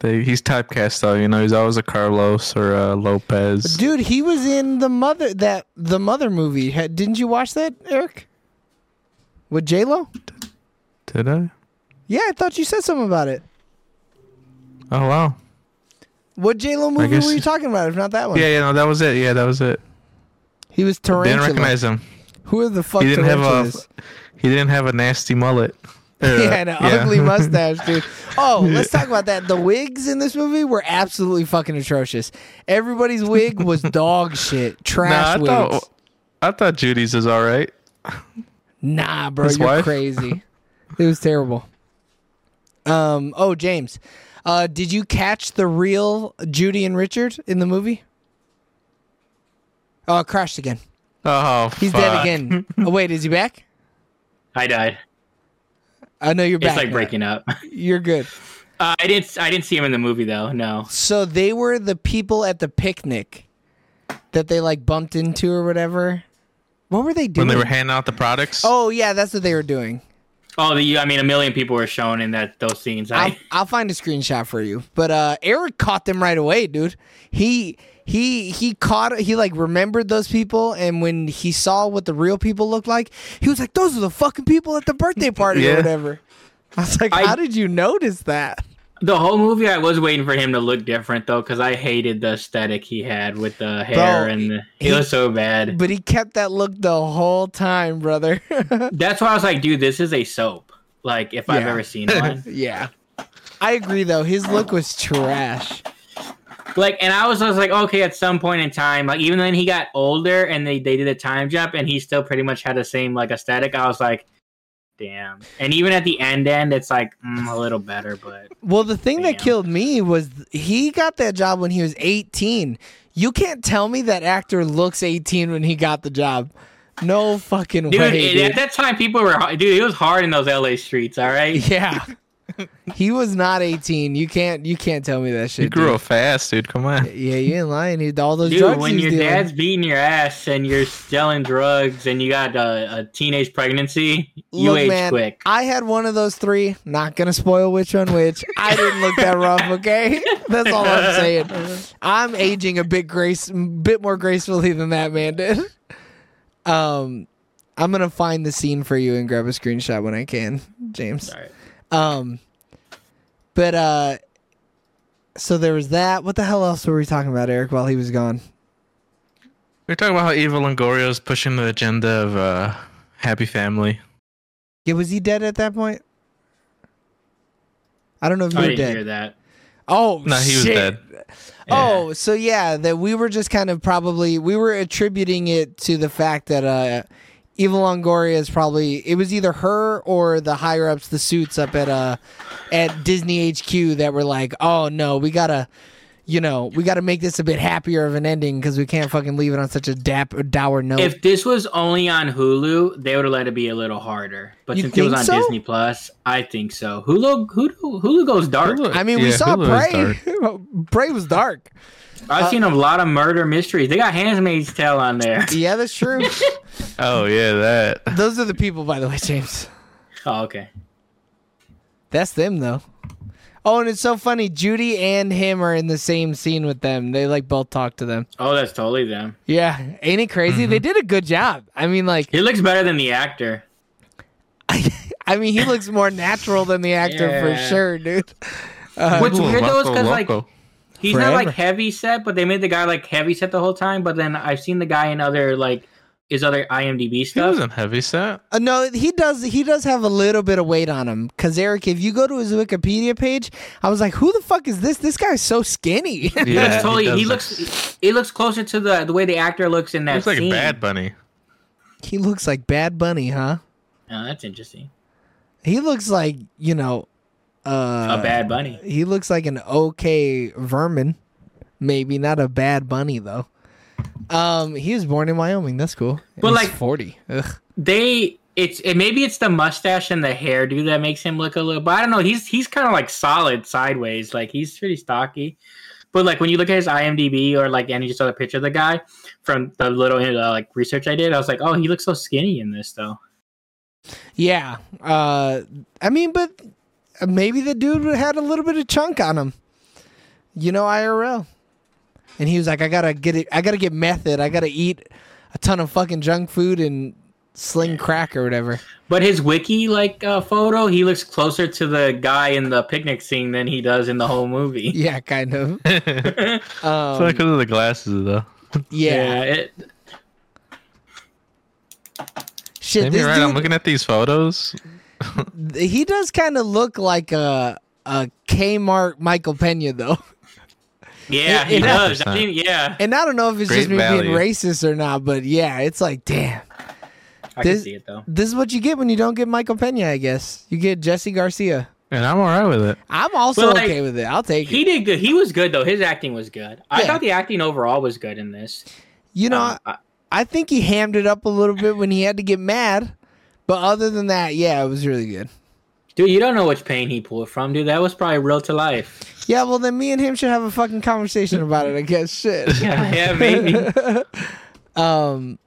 S2: They, he's typecast though. You know, he's always a Carlos or a Lopez.
S1: Dude, he was in the mother that the mother movie. Ha- Didn't you watch that, Eric? With J Lo?
S2: Did I?
S1: Yeah, I thought you said something about it.
S2: Oh wow.
S1: What J Lo movie
S2: guess-
S1: were you talking about? If not that one,
S2: Yeah, yeah, no, that was it. Yeah, that was it.
S1: he was
S2: Didn't
S1: tarantula.
S2: recognize him.
S1: Who are the fuck
S2: He didn't have a.
S1: tarantulas?
S2: He didn't have a nasty mullet. Or,
S1: yeah,
S2: uh,
S1: and an ugly mustache, dude. Oh, let's talk about that. The wigs in this movie were absolutely fucking atrocious. Everybody's wig was dog shit,
S2: Nah, I
S1: trash wigs.
S2: thought. I thought Judy's is all right.
S1: Nah, bro,
S2: His
S1: you're
S2: wife?
S1: crazy. it was terrible. Um. Oh, James, uh, did you catch the real Judy and Richard in the movie? Oh, it crashed again.
S2: Oh,
S1: He's dead
S2: fuck.
S1: again. Oh, wait, is he back?
S3: I died.
S1: I know you're
S3: It's
S1: back.
S3: like
S1: now.
S3: breaking up.
S1: You're good.
S3: Uh, I didn't. I didn't see him in the movie though. No.
S1: So they were the people at the picnic that they like bumped into or whatever. What were they doing?
S2: When they were handing out the products.
S1: oh yeah, that's what they were doing.
S3: Oh, the, I mean, a million people were shown in that those scenes.
S1: I'll,
S3: I,
S1: I'll find a screenshot for you. But uh, Eric caught them right away, dude. He he he caught he like remembered those people, and when he saw what the real people looked like, he was like, "Those are the fucking people at the birthday party or
S2: Yeah.
S1: whatever." I was like,
S3: I-
S1: "How did you notice that?"
S3: the whole movie, I was waiting for him to look different though, because I hated the aesthetic he had with the hair and the,
S1: he-
S3: it was so bad.
S1: But he kept that look the whole time, brother.
S3: That's why I was like, dude, this is a soap. Like, if I've
S1: Yeah.
S3: ever seen one.
S1: yeah. I agree though. His look was trash.
S3: like, and I was, I was like, okay, at some point in time, like, even then he got older and they, they did a time jump and he still pretty much had the same, like, aesthetic. I was like, damn. And even at the end, end, it's like, mm, a little better, but
S1: Well, the thing that
S3: Damn.
S1: killed me was th- he got that job when he was 18. You can't tell me that actor looks 18 when he got the job. No fucking
S3: dude,
S1: way.
S3: it-
S1: dude.
S3: at that time, people were, hard- dude, it was hard in those LA streets, all right?
S1: yeah. he was not 18. You can't you can't tell me that shit.
S2: he grew
S1: dude.
S2: up fast, dude. Come on.
S1: Yeah, you ain't lying. He, all those
S3: Dude,
S1: drugs
S3: when
S1: he
S3: your
S1: was dealing.
S3: dad's beating your ass and you're selling drugs and you got a, a teenage pregnancy, you
S1: Look,
S3: age
S1: man,
S3: quick.
S1: I had one of those three. Not gonna spoil which one which. I didn't look that rough, okay? That's all I'm saying. I'm aging a bit grace, bit more gracefully than that man did. Um, I'm gonna find the scene for you and grab a screenshot when I can, James.
S3: All right.
S1: Um, but uh, so there was that. What the hell else were we talking about, Eric? While he was gone,
S2: We're talking about how Eva Longoria is pushing the agenda of uh, happy family.
S1: yeah, was he dead at that point? I don't know if you
S3: I
S1: were
S3: didn't
S1: dead.
S3: hear that.
S1: Oh
S2: No, he was
S1: shit.
S2: dead.
S1: Oh, so yeah, that we were just kind of probably we were attributing it to the fact that uh Eva Longoria is probably it was either her or the higher ups, the suits up at uh at Disney HQ that were like, oh no, we gotta you know we gotta make this a bit happier of an ending because we can't fucking leave it on such a dap dour note.
S3: If this was only on Hulu, they would have let it be a little harder. But
S1: You
S3: since it was
S1: think
S3: on
S1: so?
S3: Disney Plus, I think so. Hulu, Hulu, Hulu goes dark.
S2: Hulu-
S1: I mean, we
S2: Yeah,
S1: saw
S2: Hulu is
S1: Prey. Prey was dark.
S3: I've seen a lot of murder mysteries. They got Handmaid's Tale on there.
S1: Yeah, that's true.
S2: Oh yeah, that.
S1: Those are the people, by the way, James.
S3: Oh, okay.
S1: That's them though. Oh, and it's so funny. Judy and him are in the same scene with them. They like both talk to them.
S3: Oh, that's totally them.
S1: Yeah, ain't it crazy? They did a good job. I mean, like,
S3: He looks better than the actor.
S1: I mean, he looks more natural than the actor for
S3: Yeah.
S1: sure, dude.
S3: What's weird though is because like
S2: Loco.
S3: he's
S1: Forever.
S3: not like heavy set, but they made the guy like heavy set the whole time. But then I've seen the guy in other like his other IMDb
S2: he
S3: stuff.
S2: wasn't heavy set.
S1: Uh, no, he does. He does have a little bit of weight on him. Cause Eric, if you go to his Wikipedia page, I was like, who the fuck is this? This guy's so skinny.
S3: He looks
S2: Yeah,
S3: totally. He,
S2: does look-
S3: looks. He looks closer to the the way the actor looks in that
S2: looks like
S3: scene.
S2: Bad Bunny.
S1: he looks like Bad Bunny, huh?
S3: Oh, that's interesting.
S1: He looks like you know, uh,
S3: a bad bunny.
S1: he looks like an okay vermin, maybe not a bad bunny though. Um, he was born in Wyoming. That's cool. And
S3: But,
S1: he's
S3: like-
S1: forty. Ugh.
S3: They. It's it, maybe it's the mustache and the hairdo that makes him look a little. But I don't know. He's he's kind of like solid sideways. Like he's pretty stocky. But like when you look at his IMDb or like any just other picture of the guy from the little uh, like research I did, I was like, oh, he looks so skinny in this though.
S1: Yeah. Uh, I mean, but maybe the dude had a little bit of chunk on him. You know, IRL. And he was like, I gotta get it. I gotta get method. I gotta eat a ton of fucking junk food and sling crack or whatever.
S3: But his wiki like uh, photo, he looks closer to the guy in the picnic scene than he does in the whole movie.
S1: Yeah, kind of.
S2: it's
S1: Um,
S2: like because of the glasses though.
S1: yeah.
S3: it,
S1: Shit.
S2: Maybe
S1: this
S2: you're right. I'm
S1: dude-
S2: looking at these photos.
S1: he does kind of look like a a Kmart Michael Pena though,
S3: yeah,
S1: It-
S3: he
S1: it-
S3: does.
S2: 100%.
S3: I mean, yeah,
S1: and I don't know if it's just
S2: Great
S1: me being
S2: value.
S1: racist or not, but yeah, it's like damn,
S3: I
S1: This-
S3: can see it though.
S1: this is what you get when you don't get Michael Pena. I guess you get Jesse Garcia.
S2: And I'm all right with it.
S1: I'm also
S3: But, like,
S1: okay with it. I'll take it.
S3: He did good. He was good though. His acting was good. I
S1: Yeah.
S3: thought the acting overall was good in this.
S1: You know,
S3: Um, I-
S1: I think he hammed it up a little bit when he had to get mad, but other than that, yeah, it was really good.
S3: dude, you don't know which pain he pulled from, dude. That was probably real to life.
S1: Yeah, well then me and him should have a fucking conversation about it. I guess shit.
S3: Yeah, yeah, maybe.
S1: um.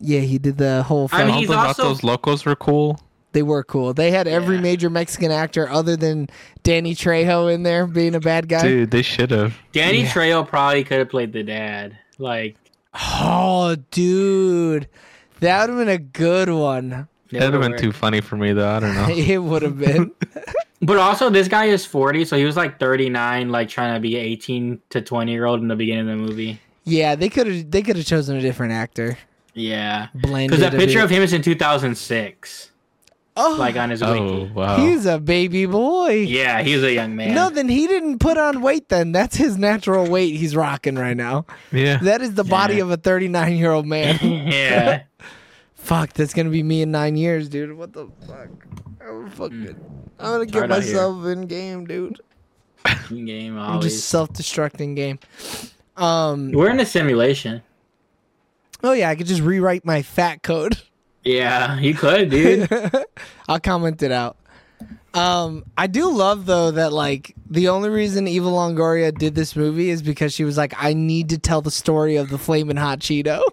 S1: Yeah, he did the whole.
S3: I mean,
S1: fucking-
S2: All
S3: he's
S2: the
S3: also-
S2: Vatos locos were cool.
S1: They were cool. They had every
S3: Yeah.
S1: major Mexican actor other than Danny Trejo in there being a bad guy.
S2: Dude, they should have.
S3: Danny
S1: Yeah.
S3: Trejo probably could have played the dad. Like
S1: Oh, dude. That would have been a good one.
S3: that
S2: That'd have
S3: would've
S2: been too
S3: worked.
S2: funny for me though. I don't know.
S1: It would have been.
S3: But also, this guy is forty, so he was like thirty nine, like trying to be eighteen to twenty year old in the beginning of the movie.
S1: yeah, they could have they could have chosen a different actor.
S3: Yeah.
S1: Blended
S3: Because that
S1: a
S3: picture
S1: bit.
S3: of him is in 2006,
S1: oh,
S3: like on his
S2: Oh
S3: wiki.
S2: wow.
S1: he's a baby boy.
S3: Yeah, he's a young man.
S1: No, then he didn't put on weight then. That's his natural weight he's rocking right now.
S2: yeah.
S1: That is the body
S3: Yeah.
S1: of a 39-year-old man.
S3: yeah.
S1: Fuck, that's gonna be me in nine years, dude. What the fuck? I'm fucking. I'm gonna get
S3: hard out here.
S1: myself in game, dude.
S3: Game
S1: I'm
S3: always.
S1: just self-destructing game. Um.
S3: We're in a simulation.
S1: Oh yeah, I could just rewrite my fat code.
S3: Yeah, you could, dude.
S1: I'll comment it out. Um, I do love though that like the only reason Eva Longoria did this movie is because she was like, I need to tell the story of the flaming hot Cheeto.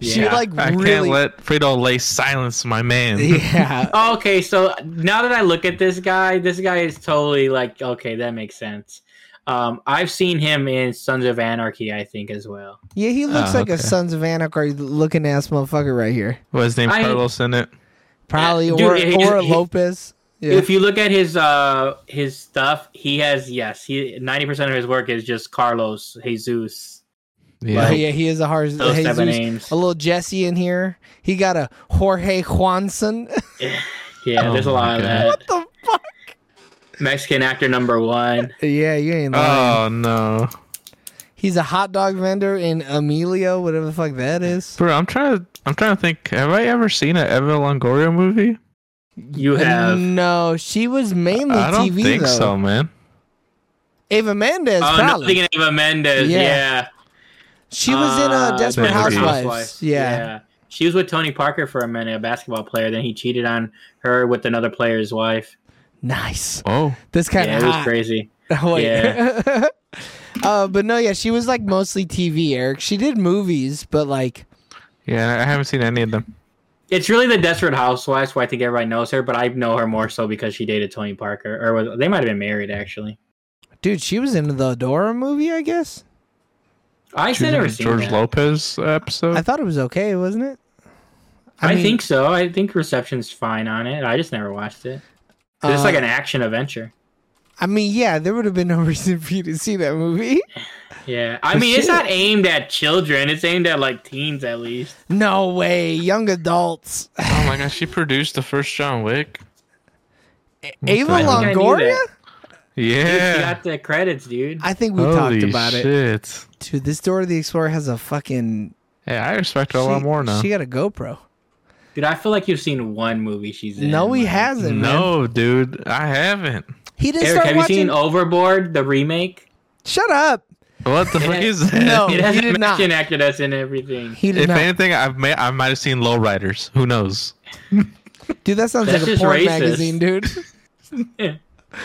S1: She
S3: Yeah.
S1: like
S2: I
S1: really.
S2: can't let Frito Lay silence my man.
S1: yeah.
S3: Oh, okay, so now that I look at this guy, this guy is totally like, okay, that makes sense. Um, I've seen him in Sons of Anarchy, I think, as well.
S1: Yeah, he looks
S2: Oh,
S1: like a
S2: okay.
S1: Sons of Anarchy looking ass motherfucker right here.
S2: Was his name
S3: I-
S2: Carlos in it?
S1: Probably
S3: Dude,
S1: or
S3: he-
S1: or
S3: he-
S1: Lopez. Yeah.
S3: If you look at his uh his stuff, he has yes, he ninety percent of his work is just Carlos Jesus.
S1: Oh,
S2: Yeah.
S1: yeah, he is a hard
S3: Those
S1: Jesus.
S3: seven names.
S1: A little Jesse in here. He got a Jorge Juanson.
S3: Yeah,
S2: Oh
S3: there's a lot of
S2: my
S3: that.
S1: what the fuck?
S3: Mexican actor number one.
S1: Yeah, you ain't lying.
S2: Oh no,
S1: He's a hot dog vendor in Emilio, whatever the fuck that is.
S2: bro! I'm trying to. I'm trying to think. Have I ever seen an Eva Longoria movie?
S3: You have
S1: No, she was mainly
S2: I don't
S1: TV
S2: think
S1: though.
S2: so, man.
S1: Ava Mendez,
S3: Oh, no,
S1: probably.
S3: thinking of Mendez.
S1: Yeah.
S3: Yeah.
S1: she was in
S3: Uh,
S1: a Desperate
S2: Ah, Desperate
S1: Housewives. Yeah.
S3: She was with Tony Parker for a minute, a basketball player. Then he cheated on her with another player's wife.
S1: nice.
S2: Oh,
S1: That's kind
S3: yeah,
S1: of
S3: it was
S1: hot.
S3: crazy.
S1: Oh, wait.
S3: Yeah.
S1: uh, but no, yeah, she was like mostly TV, Eric. She did movies, but like,
S2: yeah. I haven't seen any of them.
S3: it's really the Desperate Housewives who I think everybody knows her, but I know her more so because she dated Tony Parker, or was, they might have been married actually.
S1: Dude, she was in the Dora movie, I guess.
S3: I
S2: She
S3: said
S2: was in
S3: never
S2: the
S3: seen
S2: George
S3: that.
S2: Lopez episode.
S1: I thought it was okay, wasn't it?
S3: I,
S1: mean,
S3: think so. I think reception's fine on it. I just never watched it. It's
S1: Uh,
S3: just like an action adventure.
S1: I mean, yeah, there would have been no reason for you to see that movie.
S3: Yeah, I
S1: but
S3: mean, it's
S1: shit.
S3: not aimed at children. It's aimed at like teens at least.
S1: No way, young adults.
S2: oh my gosh, she produced the first John Wick.
S1: Ava
S2: I think
S3: I knew
S1: Longoria?
S3: that. Dude, she
S2: Yeah.
S3: got the credits, dude.
S1: I think we talked about it.
S2: shit.
S1: Dude, this Dora the Explorer has a fucking.
S2: Hey, I respect her a
S1: she,
S2: lot more now.
S1: She got a GoPro.
S3: Dude, I feel like you've seen one movie she's in.
S1: no, he
S3: like-
S1: hasn't. man.
S2: no, dude, I haven't.
S1: He didn't
S3: Eric,
S1: start
S3: have
S1: watching.
S3: you seen Overboard, the remake?
S1: Shut up.
S2: What the fuck is that?
S1: No.
S3: It
S1: he
S3: has
S1: did
S3: an
S1: not.
S3: action actor that's in everything.
S1: He did
S2: If
S1: not.
S2: anything, I've may, I might have seen Lowriders. Who knows?
S1: dude, that sounds like
S3: That's
S1: a
S3: just
S1: porn
S3: racist.
S1: magazine, dude.
S3: Yeah.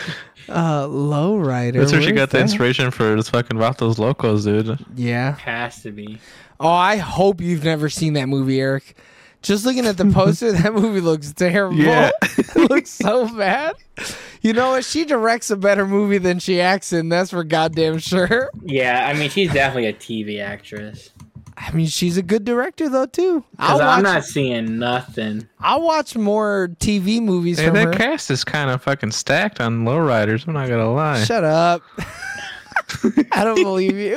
S1: Uh, Lowrider.
S2: That's where she
S1: is
S2: got the
S1: that?
S2: inspiration for this fucking Vatos Locos, dude.
S1: Yeah.
S3: Has to be.
S1: Oh, I hope you've never seen that movie, Eric. Just looking at the poster, that movie looks terrible.
S2: Yeah.
S1: it looks so bad. You know what? She directs a better movie than she acts in. That's for goddamn sure.
S3: Yeah, I mean, she's definitely a TV actress.
S1: I mean, she's a good director though too. I'll
S3: Because
S1: watch.
S3: I'm not seeing nothing.
S1: I'll watch more TV movies
S2: Hey,
S1: from
S2: that
S1: her.
S2: cast is kind of fucking stacked on Lowriders. I'm not gonna lie.
S1: Shut up. I don't believe you.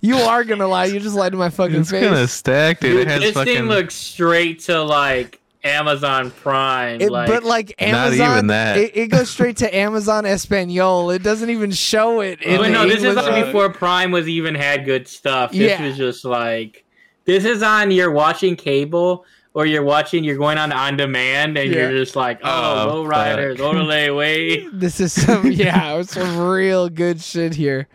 S1: You are gonna lie. You just lied to my fucking
S2: it's
S1: face.
S2: kind of stacked, dude.
S3: Dude,
S2: it
S3: this
S2: has fucking.
S3: thing looks straight to like Amazon Prime.
S1: It-
S3: like,
S1: but like
S2: Not
S1: Amazon,
S2: even that.
S1: It, it goes straight to Amazon Espanol. It doesn't even show it. In
S3: but
S1: the
S3: no, this is
S1: English
S3: like
S1: one.
S3: before Prime was even had good stuff. This
S1: Yeah.
S3: was just like this is on you're watching cable or you're watching you're going on on demand and
S1: Yeah.
S3: you're just like,
S2: Oh,
S3: oh, low riders,
S2: fuck.
S3: ole way.
S1: This is some yeah, it's some real good shit here.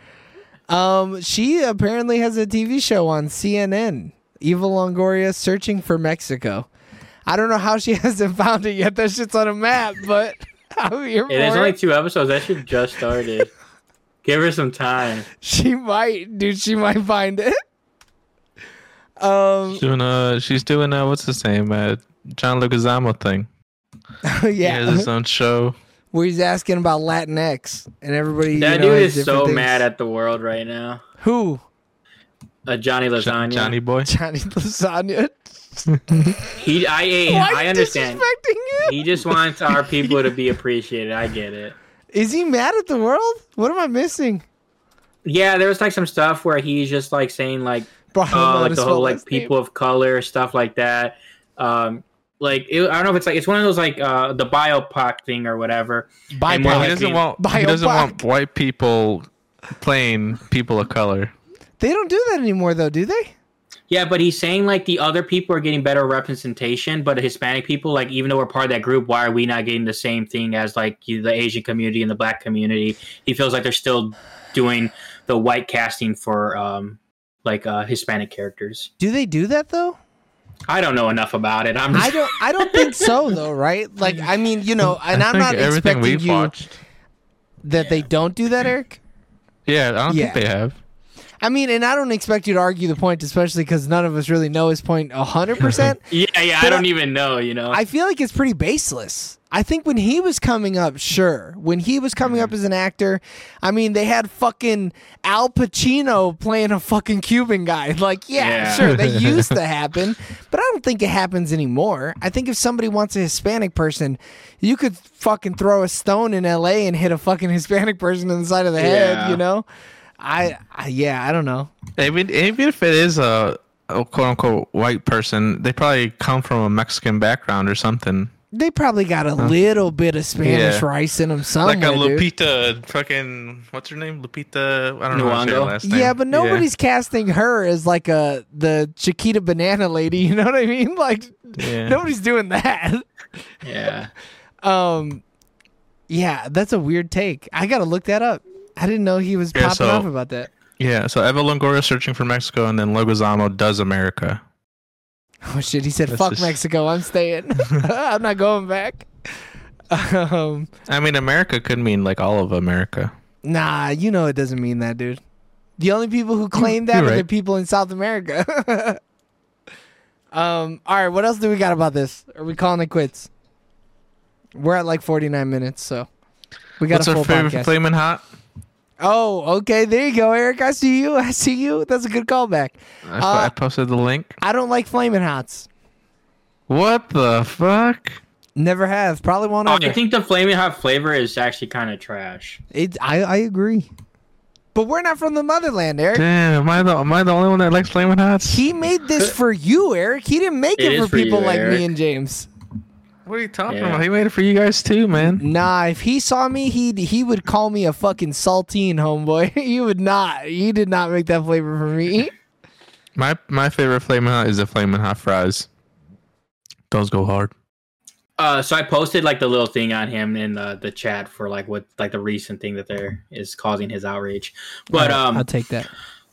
S1: Um, she apparently has a TV show on CNN. Eva Longoria searching for Mexico. I don't know how she hasn't found it yet. That shit's on a map, but I'm here
S3: Yeah, there's
S1: for
S3: only
S1: it.
S3: two episodes. That should just started. Give her some time.
S1: She might, dude. She might find it. Um,
S2: She's doing uh, she's doing uh, what's his name? Uh, John Leguizamo thing. He has
S1: yeah,
S2: his own show.
S1: where he's asking about Latinx and everybody. you
S3: That
S1: know,
S3: dude
S1: has
S3: is
S1: different
S3: so
S1: things.
S3: mad at the world right now.
S1: who
S3: Uh, Johnny
S2: Jo-
S3: Lasagna.
S2: Johnny Boy.
S1: Johnny Lasagna.
S3: He, I, I,
S1: Why are
S3: I
S1: you
S3: understand.
S1: disrespecting him?
S3: He just wants our people to be appreciated. I get it.
S1: Is he mad at the world? What am I missing?
S3: Yeah, there was like some stuff where he's just like saying like
S1: Bro, I don't know how
S3: uh, like
S1: to
S3: the
S1: spell
S3: whole like
S1: last name.
S3: people of color stuff like that. Um, like it, I don't know if it's like it's one of those like uh the biopic thing or whatever. and
S2: Well,
S3: more
S2: he
S3: like
S2: doesn't
S3: being-
S2: want. He doesn't
S1: Biopic.
S2: want white people playing people of color.
S1: They don't do that anymore, though, do they?
S3: Yeah, but he's saying like the other people are getting better representation, but Hispanic people, like even though we're part of that group, why are we not getting the same thing as like you, the Asian community and the Black community? He feels like they're still doing the white casting for um like uh Hispanic characters.
S1: Do they do that though?
S3: I don't know enough about it. I'm
S1: I
S3: just,
S1: don't. I don't think so, though. Right? Like, I mean, you know, and
S2: I
S1: I'm
S2: think
S1: not
S2: everything
S1: expecting
S2: we've
S1: you
S2: watched.
S1: that they don't do that, Eric.
S2: Yeah, I don't
S1: Yeah.
S2: think they have.
S1: I mean, and I don't expect you to argue the point, especially because none of us really know his point hundred percent.
S3: yeah, yeah,
S1: But
S3: I
S1: I-
S3: don't even know. You know,
S1: I feel like it's pretty baseless. I think when he was coming up, sure. When he was coming
S2: Mm-hmm.
S1: up as an actor, I mean, they had fucking Al Pacino playing a fucking Cuban guy. Like, yeah,
S3: Yeah.
S1: sure, that used to happen, but I don't think it happens anymore. I think if somebody wants a Hispanic person, you could fucking throw a stone in LA and hit a fucking Hispanic person in the side of the head,
S3: Yeah.
S1: you know? I, I yeah, I don't know.
S2: Even even if it is a, a quote unquote white person, they probably come from a Mexican background or something.
S1: They probably got a little bit of Spanish
S2: Yeah.
S1: rice in them somewhere.
S2: like a
S1: dude.
S2: Lupita fucking what's her name? Lupita I don't know how to say her
S3: Nyong'o?
S2: last name.
S1: Yeah, but nobody's casting her as like a the Chiquita banana lady. You know what I mean? Like
S2: Yeah.
S1: nobody's doing that.
S3: yeah.
S1: Um, yeah, that's a weird take. I gotta look that up. I didn't know he was
S2: Yeah,
S1: popping
S2: so-
S1: off about that.
S2: Yeah, so Eva Longoria searching for Mexico and then Leguizamo does America.
S1: Oh shit! He said,
S2: That's
S1: "Fuck
S2: just-
S1: Mexico, I'm staying. I'm not going back." Um,
S2: I mean America could mean like all of America.
S1: nah, you know it doesn't mean that, dude. The only people who claim that
S2: You're
S1: are the
S2: right.
S1: people in South America. Um, all right, what else do we got about this? Are we calling it quits? We're at like 49 minutes, so we got
S2: What's
S1: a
S2: our
S1: full
S2: favorite
S1: podcast.
S2: flaming hot?
S1: Oh, okay, there you go, Eric. I see you. I see you. That's a good callback.
S2: I,
S1: Uh,
S2: I posted the link.
S1: I don't like flaming hots.
S2: What the fuck?
S1: Never have. Probably won't ever.
S3: I think the flaming hot flavor is actually kind of trash.
S1: It, I, I agree. But we're not from the motherland, Eric.
S2: Damn, am I the am I the only one that likes flaming hots?
S1: He made this for you, Eric. He didn't make
S3: It
S1: it,
S3: is
S1: for
S3: for
S1: people
S3: you,
S1: like
S3: Eric.
S1: me and James.
S2: What are you talking
S3: Yeah.
S2: about? He made it for you guys too, man.
S1: Nah, if he saw me, he he would call me a fucking saltine, homeboy. He would not. He did not make that flavor for me.
S2: My my favorite flaming hot is the flaming hot fries. Those go hard.
S3: Uh, so I posted like the little thing on him in the, the chat for like what like the recent thing that there is causing his outrage. But
S1: All right,
S3: um,
S1: I'll take that.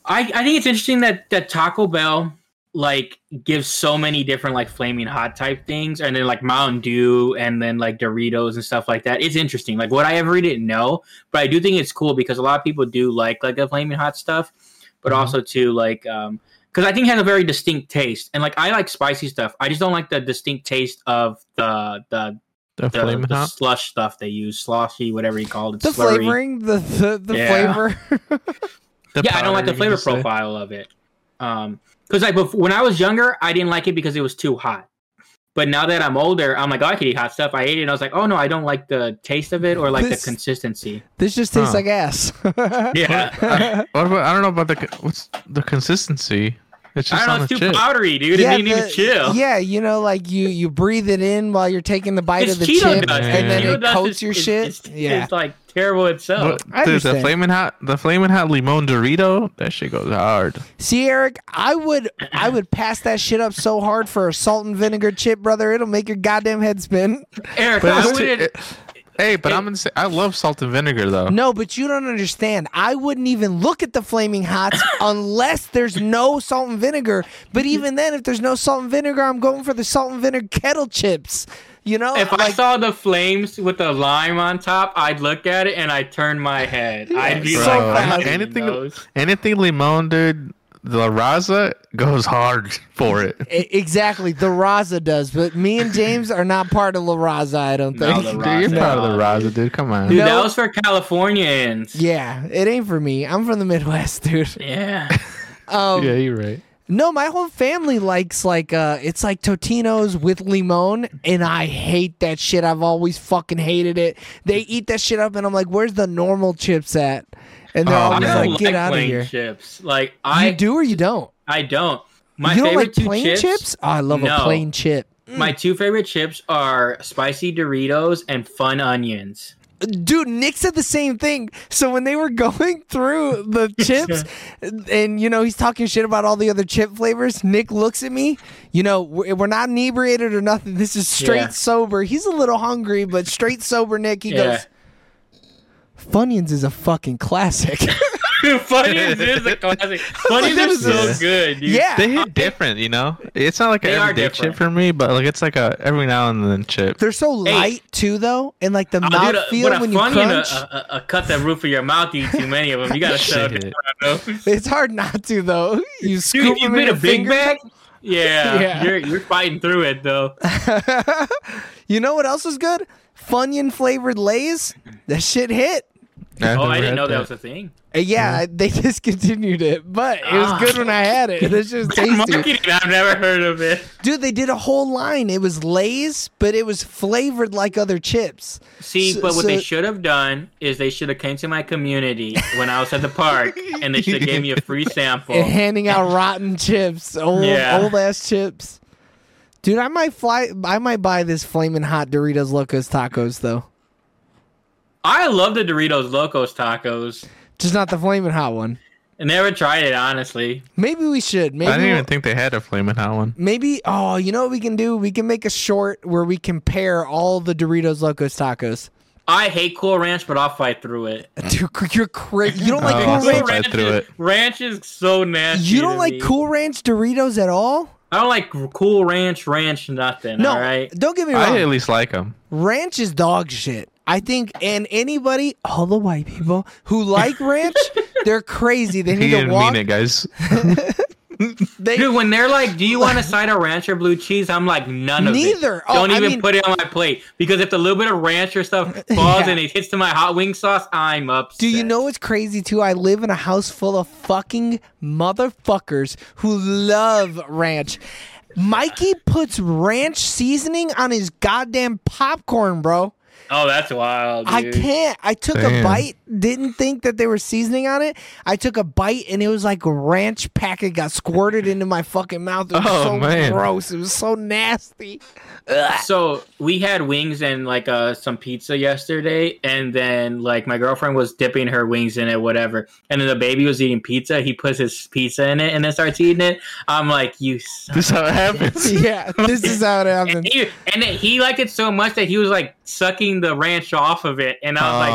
S3: I, I think it's interesting that that Taco Bell like gives so many different like flaming hot type things and then like Mountain Dew and then like Doritos and stuff like that. It's interesting. Like what I ever didn't know, but I do think it's cool because a lot of people do like like the flaming hot stuff, but
S2: Mm-hmm.
S3: also too like um because I think it has a very distinct taste. And like I like spicy stuff. I just don't like the distinct taste of the the
S2: The
S3: the,
S2: flaming
S3: the
S2: hot.
S3: slush stuff they use, sloshy, whatever you call it.
S1: The
S3: slurry.
S1: flavoring, the the, the
S3: Yeah.
S1: flavor.
S2: The
S3: yeah, I don't
S2: powder,
S3: like the
S2: you
S3: flavor
S2: could say.
S3: profile of it. Um, because like before, when I was younger, I didn't like it because it was too hot. But now that I'm older, I'm like, oh, I could eat hot stuff. I ate it, and I was like, oh no, I don't like the taste of it or like
S1: This-
S3: the consistency.
S1: this just tastes
S2: Huh.
S1: like ass.
S3: Yeah.
S2: What about, I don't know about the co- what's the consistency. It's
S3: I
S2: just
S3: don't know,
S2: on
S3: it's
S2: the
S3: too
S2: chip.
S3: powdery, dude.
S1: yeah,
S3: it didn't even
S1: the-
S3: chill.
S1: yeah, you know, like you you breathe it in while you're taking the bite
S3: It's
S1: of the
S3: Cheeto
S1: chip,
S3: dust.
S1: and then
S3: Cheeto
S1: it
S3: dust
S1: coats
S3: is-
S1: your
S3: is-
S1: shit.
S3: is-
S1: yeah,
S3: It's like terrible itself.
S2: But,
S1: I
S2: dude, the
S1: understand.
S2: flaming hot, the flaming hot limon Dorito, that shit goes hard.
S1: see, Eric, I would I would pass that shit up so hard for a salt and vinegar chip, brother. It'll make your goddamn head spin.
S3: Eric,
S2: But
S3: I
S2: it's too-
S3: wouldn't-
S2: it- hey, but
S3: it-
S2: I'm gonna say I love salt and vinegar though.
S1: No, but you don't understand. I wouldn't even look at the flaming hots unless there's no salt and vinegar. But even then, if there's no salt and vinegar, I'm going for the salt and vinegar kettle chips. You know,
S3: If I
S1: Like,
S3: saw the flames with the lime on top, I'd look at it and I'd turn my head. I'd be
S1: so
S2: Bro,
S3: like,
S1: bad.
S3: I'm not eating
S2: anything,
S3: those.
S2: anything limon, dude, the raza goes hard for it.
S1: e- exactly the Raza does, but me and James are not part of La Raza. I don't
S3: No,
S1: think.
S3: the
S2: dude, you're
S3: Raza.
S2: proud of the raza, dude. Come on.
S3: Dude,
S1: No.
S3: that was for Californians.
S1: Yeah, it ain't for me. I'm from the Midwest, dude.
S3: Yeah.
S1: Um,
S2: yeah, you're right.
S1: No, my whole family likes like uh it's like Totino's with limon and I hate that shit. I've always fucking hated it. They eat that shit up and I'm like, "Where's the normal chips at?" And they're
S2: Oh,
S1: always
S2: man.
S3: I don't
S1: like, "Get
S3: like
S1: out of
S3: plain
S1: here."
S3: chips. Like I
S1: you do or you don't?
S3: I don't. My
S1: you don't
S3: favorite
S1: like
S3: two
S1: plain
S3: chips.
S1: Oh, I love a Mm.
S3: No.
S1: plain chip.
S3: My two favorite chips are spicy Doritos and fun onions.
S1: Dude, Nick said the same thing. So when they were going through the chips, and you know he's talking shit about all the other chip flavors, Nick looks at me. You know we're we're not inebriated or nothing. This is straight
S3: Yeah.
S1: sober. He's a little hungry, but straight sober. Nick, he
S3: Yeah.
S1: goes. Funyuns is a fucking classic.
S3: Funyuns is a classic. Funyuns are so
S2: Yeah.
S3: good, dude.
S1: yeah,
S2: They hit different, you know. It's not like an
S3: They are
S2: everyday
S3: different. Oh,
S2: chip for me, but like it's like a every now and then chip.
S1: they're so
S3: Hey.
S1: light too, though, and like the
S3: Oh, dude, a,
S1: mouthfeel
S3: what a
S1: when you
S3: Funyun, uh,
S1: crunch.
S3: a, a, a cut the roof of your mouth, you eat too many of them. You gotta shut
S2: Shit.
S3: down on those.
S1: it's hard not to though. You scoop
S3: Dude, you
S1: them
S3: made
S1: in
S3: a
S1: your
S3: big
S1: finger.
S3: bag? Yeah,
S1: Yeah.
S3: You're, you're fighting through it, though.
S1: You know what else is good? Funyun flavored Lay's. That shit hit.
S3: Oh, I didn't know that was a thing.
S1: Uh, Yeah, I- they discontinued it, but it was
S3: Ah.
S1: good when I had it. It's just tasty.
S3: Marketing, I've never heard of it.
S1: Dude, they did a whole line. It was Lay's, but it was flavored like other chips.
S3: See,
S1: So-
S3: but what they
S1: so-
S3: should have done is they should have came to my community when I was at the park, and they should have gave me a free sample.
S1: And handing out rotten chips, old
S3: Yeah.
S1: old ass chips. Dude, I might fly I might buy this flaming hot Doritos Locos Tacos though.
S3: I love the Doritos Locos Tacos.
S1: Just not the flaming hot one.
S3: I never tried it, honestly.
S1: Maybe we should. Maybe
S2: I didn't
S1: we'll-
S2: even think they had a flaming hot one.
S1: Maybe oh, you know what we can do? We can make a short where we compare all the Doritos Locos Tacos.
S3: I hate Cool Ranch, but I'll fight through it.
S1: Dude, you're crazy. You don't like
S2: Oh,
S1: Cool
S2: I'll
S1: Ranch?
S2: fight through
S3: is,
S2: it.
S3: Ranch is so nasty.
S1: You don't
S3: to
S1: like
S3: me.
S1: Cool Ranch Doritos at all?
S3: I don't like Cool Ranch, Ranch, nothing.
S1: No,
S3: All right.
S1: don't get me wrong.
S2: I at least like them.
S1: ranch is dog shit. I think, and anybody, all the white people who like ranch, they're crazy. They
S2: He
S1: need to
S2: didn't
S1: walk.
S2: mean it, guys.
S1: They,
S3: Dude, when they're like, "Do you want a side of ranch or blue cheese?" I'm like, "None of
S1: Neither.
S3: it.
S1: Oh,
S3: Don't
S1: I
S3: even
S1: mean-
S3: put it on my plate because if the little bit of ranch or stuff falls
S1: Yeah.
S3: and it hits to my hot wing sauce, I'm upset."
S1: Do you know what's crazy too? I live in a house full of fucking motherfuckers who love ranch. Mikey puts ranch seasoning on his goddamn popcorn, bro.
S3: Oh, that's wild. Dude.
S1: I can't. I took a
S2: Damn.
S1: bite, didn't think that they were seasoning on it. I took a bite and it was like ranch packet got squirted into my fucking mouth. It was
S2: Oh,
S1: so
S2: man.
S1: gross. It was so nasty.
S3: So we had wings and like uh some pizza yesterday, and then like my girlfriend was dipping her wings in it, whatever. And then the baby was eating pizza. He puts his pizza in it and then starts eating it. I'm like, you. Son
S2: This is how it happens.
S1: yeah, this is how it
S3: and
S1: happens.
S3: he, and he liked it so much that he was like sucking the ranch off of it, and I was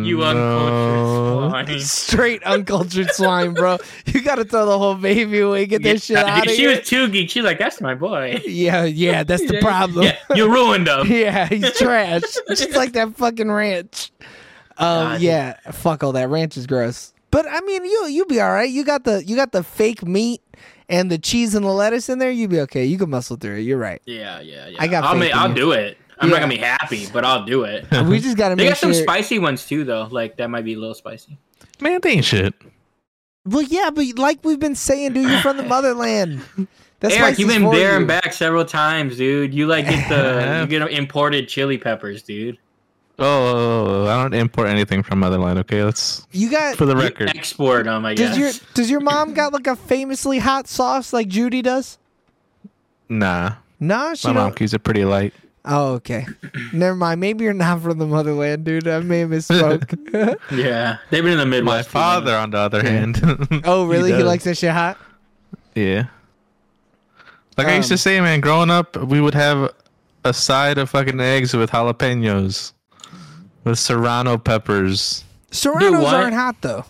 S3: like,
S2: oh,
S3: You
S2: no.
S3: uncultured swine.
S1: Straight uncultured swine, bro. You gotta throw the whole baby away. Get that shit
S3: Yeah,
S1: out
S3: dude,
S1: of
S3: she
S1: here.
S3: was too geek. She's like, that's my boy.
S1: Yeah, yeah, that's the problem.
S3: Yeah, you ruined him.
S1: Yeah, he's trash. Just like that fucking ranch. Um,
S3: God.
S1: yeah, fuck all that ranch is gross. But I mean, you you be all right. You got the you got the fake meat and the cheese and the lettuce in there. You be okay. You can muscle through it. You're right.
S3: Yeah, yeah, yeah.
S1: I got
S3: I'll,
S1: faith
S3: make,
S1: in
S3: I'll
S1: you.
S3: do it. I'm
S1: Yeah.
S3: not gonna be happy, but I'll do it.
S1: We just gotta
S3: Uh-huh. They
S1: make
S3: got some
S1: sure.
S3: spicy ones too, though. Like that might be a little spicy.
S2: Man, they ain't shit.
S1: well, yeah, but like we've been saying, dude, you're from the motherland. That's
S3: Eric,
S1: spicy's
S3: you've been
S1: for
S3: there
S1: you.
S3: and back several times, dude. You like get the you get imported chili peppers, dude.
S2: Oh, I don't import anything from other line. Okay, that's
S1: You got
S2: for the
S3: You
S2: record.
S3: export them, I
S1: does
S3: guess.
S1: your does your mom got like a famously hot sauce like Judy does?
S2: Nah,
S1: Nah, she
S2: my mom
S1: don't.
S2: keeps it pretty light.
S1: Oh, okay. Never mind. Maybe you're not from the motherland, dude. I may have misspoke.
S3: yeah, they've been in the
S2: My
S3: Midwest. too long.
S2: father, on the other hand.
S1: oh, really? He,
S2: does.
S1: likes that shit hot?
S2: Yeah. Like I used
S1: Um,
S2: to say, man, growing up, we would have a side of fucking eggs with jalapenos, with serrano peppers,
S1: Serranos
S3: what?
S1: aren't hot, though.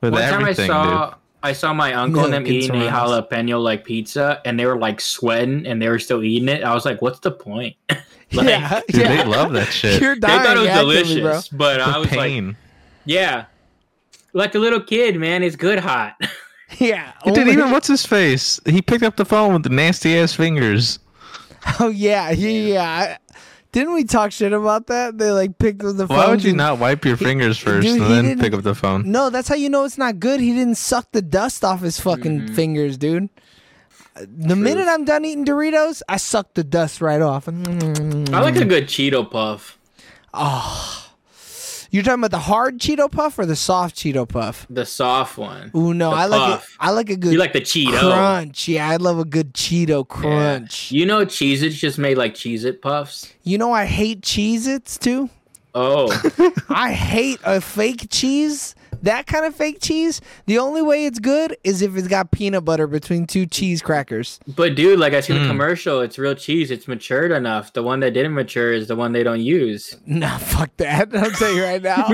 S2: with
S3: One time I
S2: everything,
S3: saw I saw my uncle and them
S1: Milk and
S3: eating a
S1: Serranos.
S3: jalapeno like pizza, and they were like sweating, and they were still eating it. I was like, "What's the point?" Like,
S1: yeah.
S2: dude. Dude,
S1: yeah.
S2: they love that shit.
S1: You're
S3: They
S1: dying,
S3: thought it was
S1: actively,
S3: delicious, but
S2: The
S3: I was like,
S2: pain.
S3: "Yeah." Like a little kid, man, it's good hot.
S1: bro. Yeah.
S2: Dude,
S1: only-
S2: even what's his face? He picked up the phone with the nasty ass fingers.
S1: Oh, yeah. Yeah. yeah. I- Didn't we talk shit about that? They, like, picked up the phone.
S2: Why would you
S1: dude.
S2: not wipe your fingers first
S1: dude, he
S2: and then
S1: didn't-
S2: pick up the phone?
S1: No, that's how you know it's not good. He didn't suck the dust off his fucking
S2: Mm-hmm.
S1: fingers, dude. Uh, The minute I'm done eating Doritos, I suck the dust right off.
S3: I like
S1: Mm.
S3: a good Cheeto puff,
S1: Ah. You're talking about the hard Cheeto puff or the soft Cheeto puff?
S3: the soft one.
S1: Ooh, no,
S3: The
S1: I like it.
S3: puff.
S1: I like a good
S3: You like the Cheeto?
S1: crunch. Yeah, I love a good Cheeto crunch.
S3: You know, Cheez Its just made like Cheez It puffs.
S1: You know, I hate Cheez Its too.
S3: Oh,
S1: I hate a fake cheese. That kind of fake cheese. The only way it's good is if it's got peanut butter between two cheese crackers.
S3: but dude, like I see
S2: Hmm.
S3: the commercial, it's real cheese. It's matured enough. The one that didn't mature is the one they don't use.
S1: Nah, fuck that. I'll tell you right now.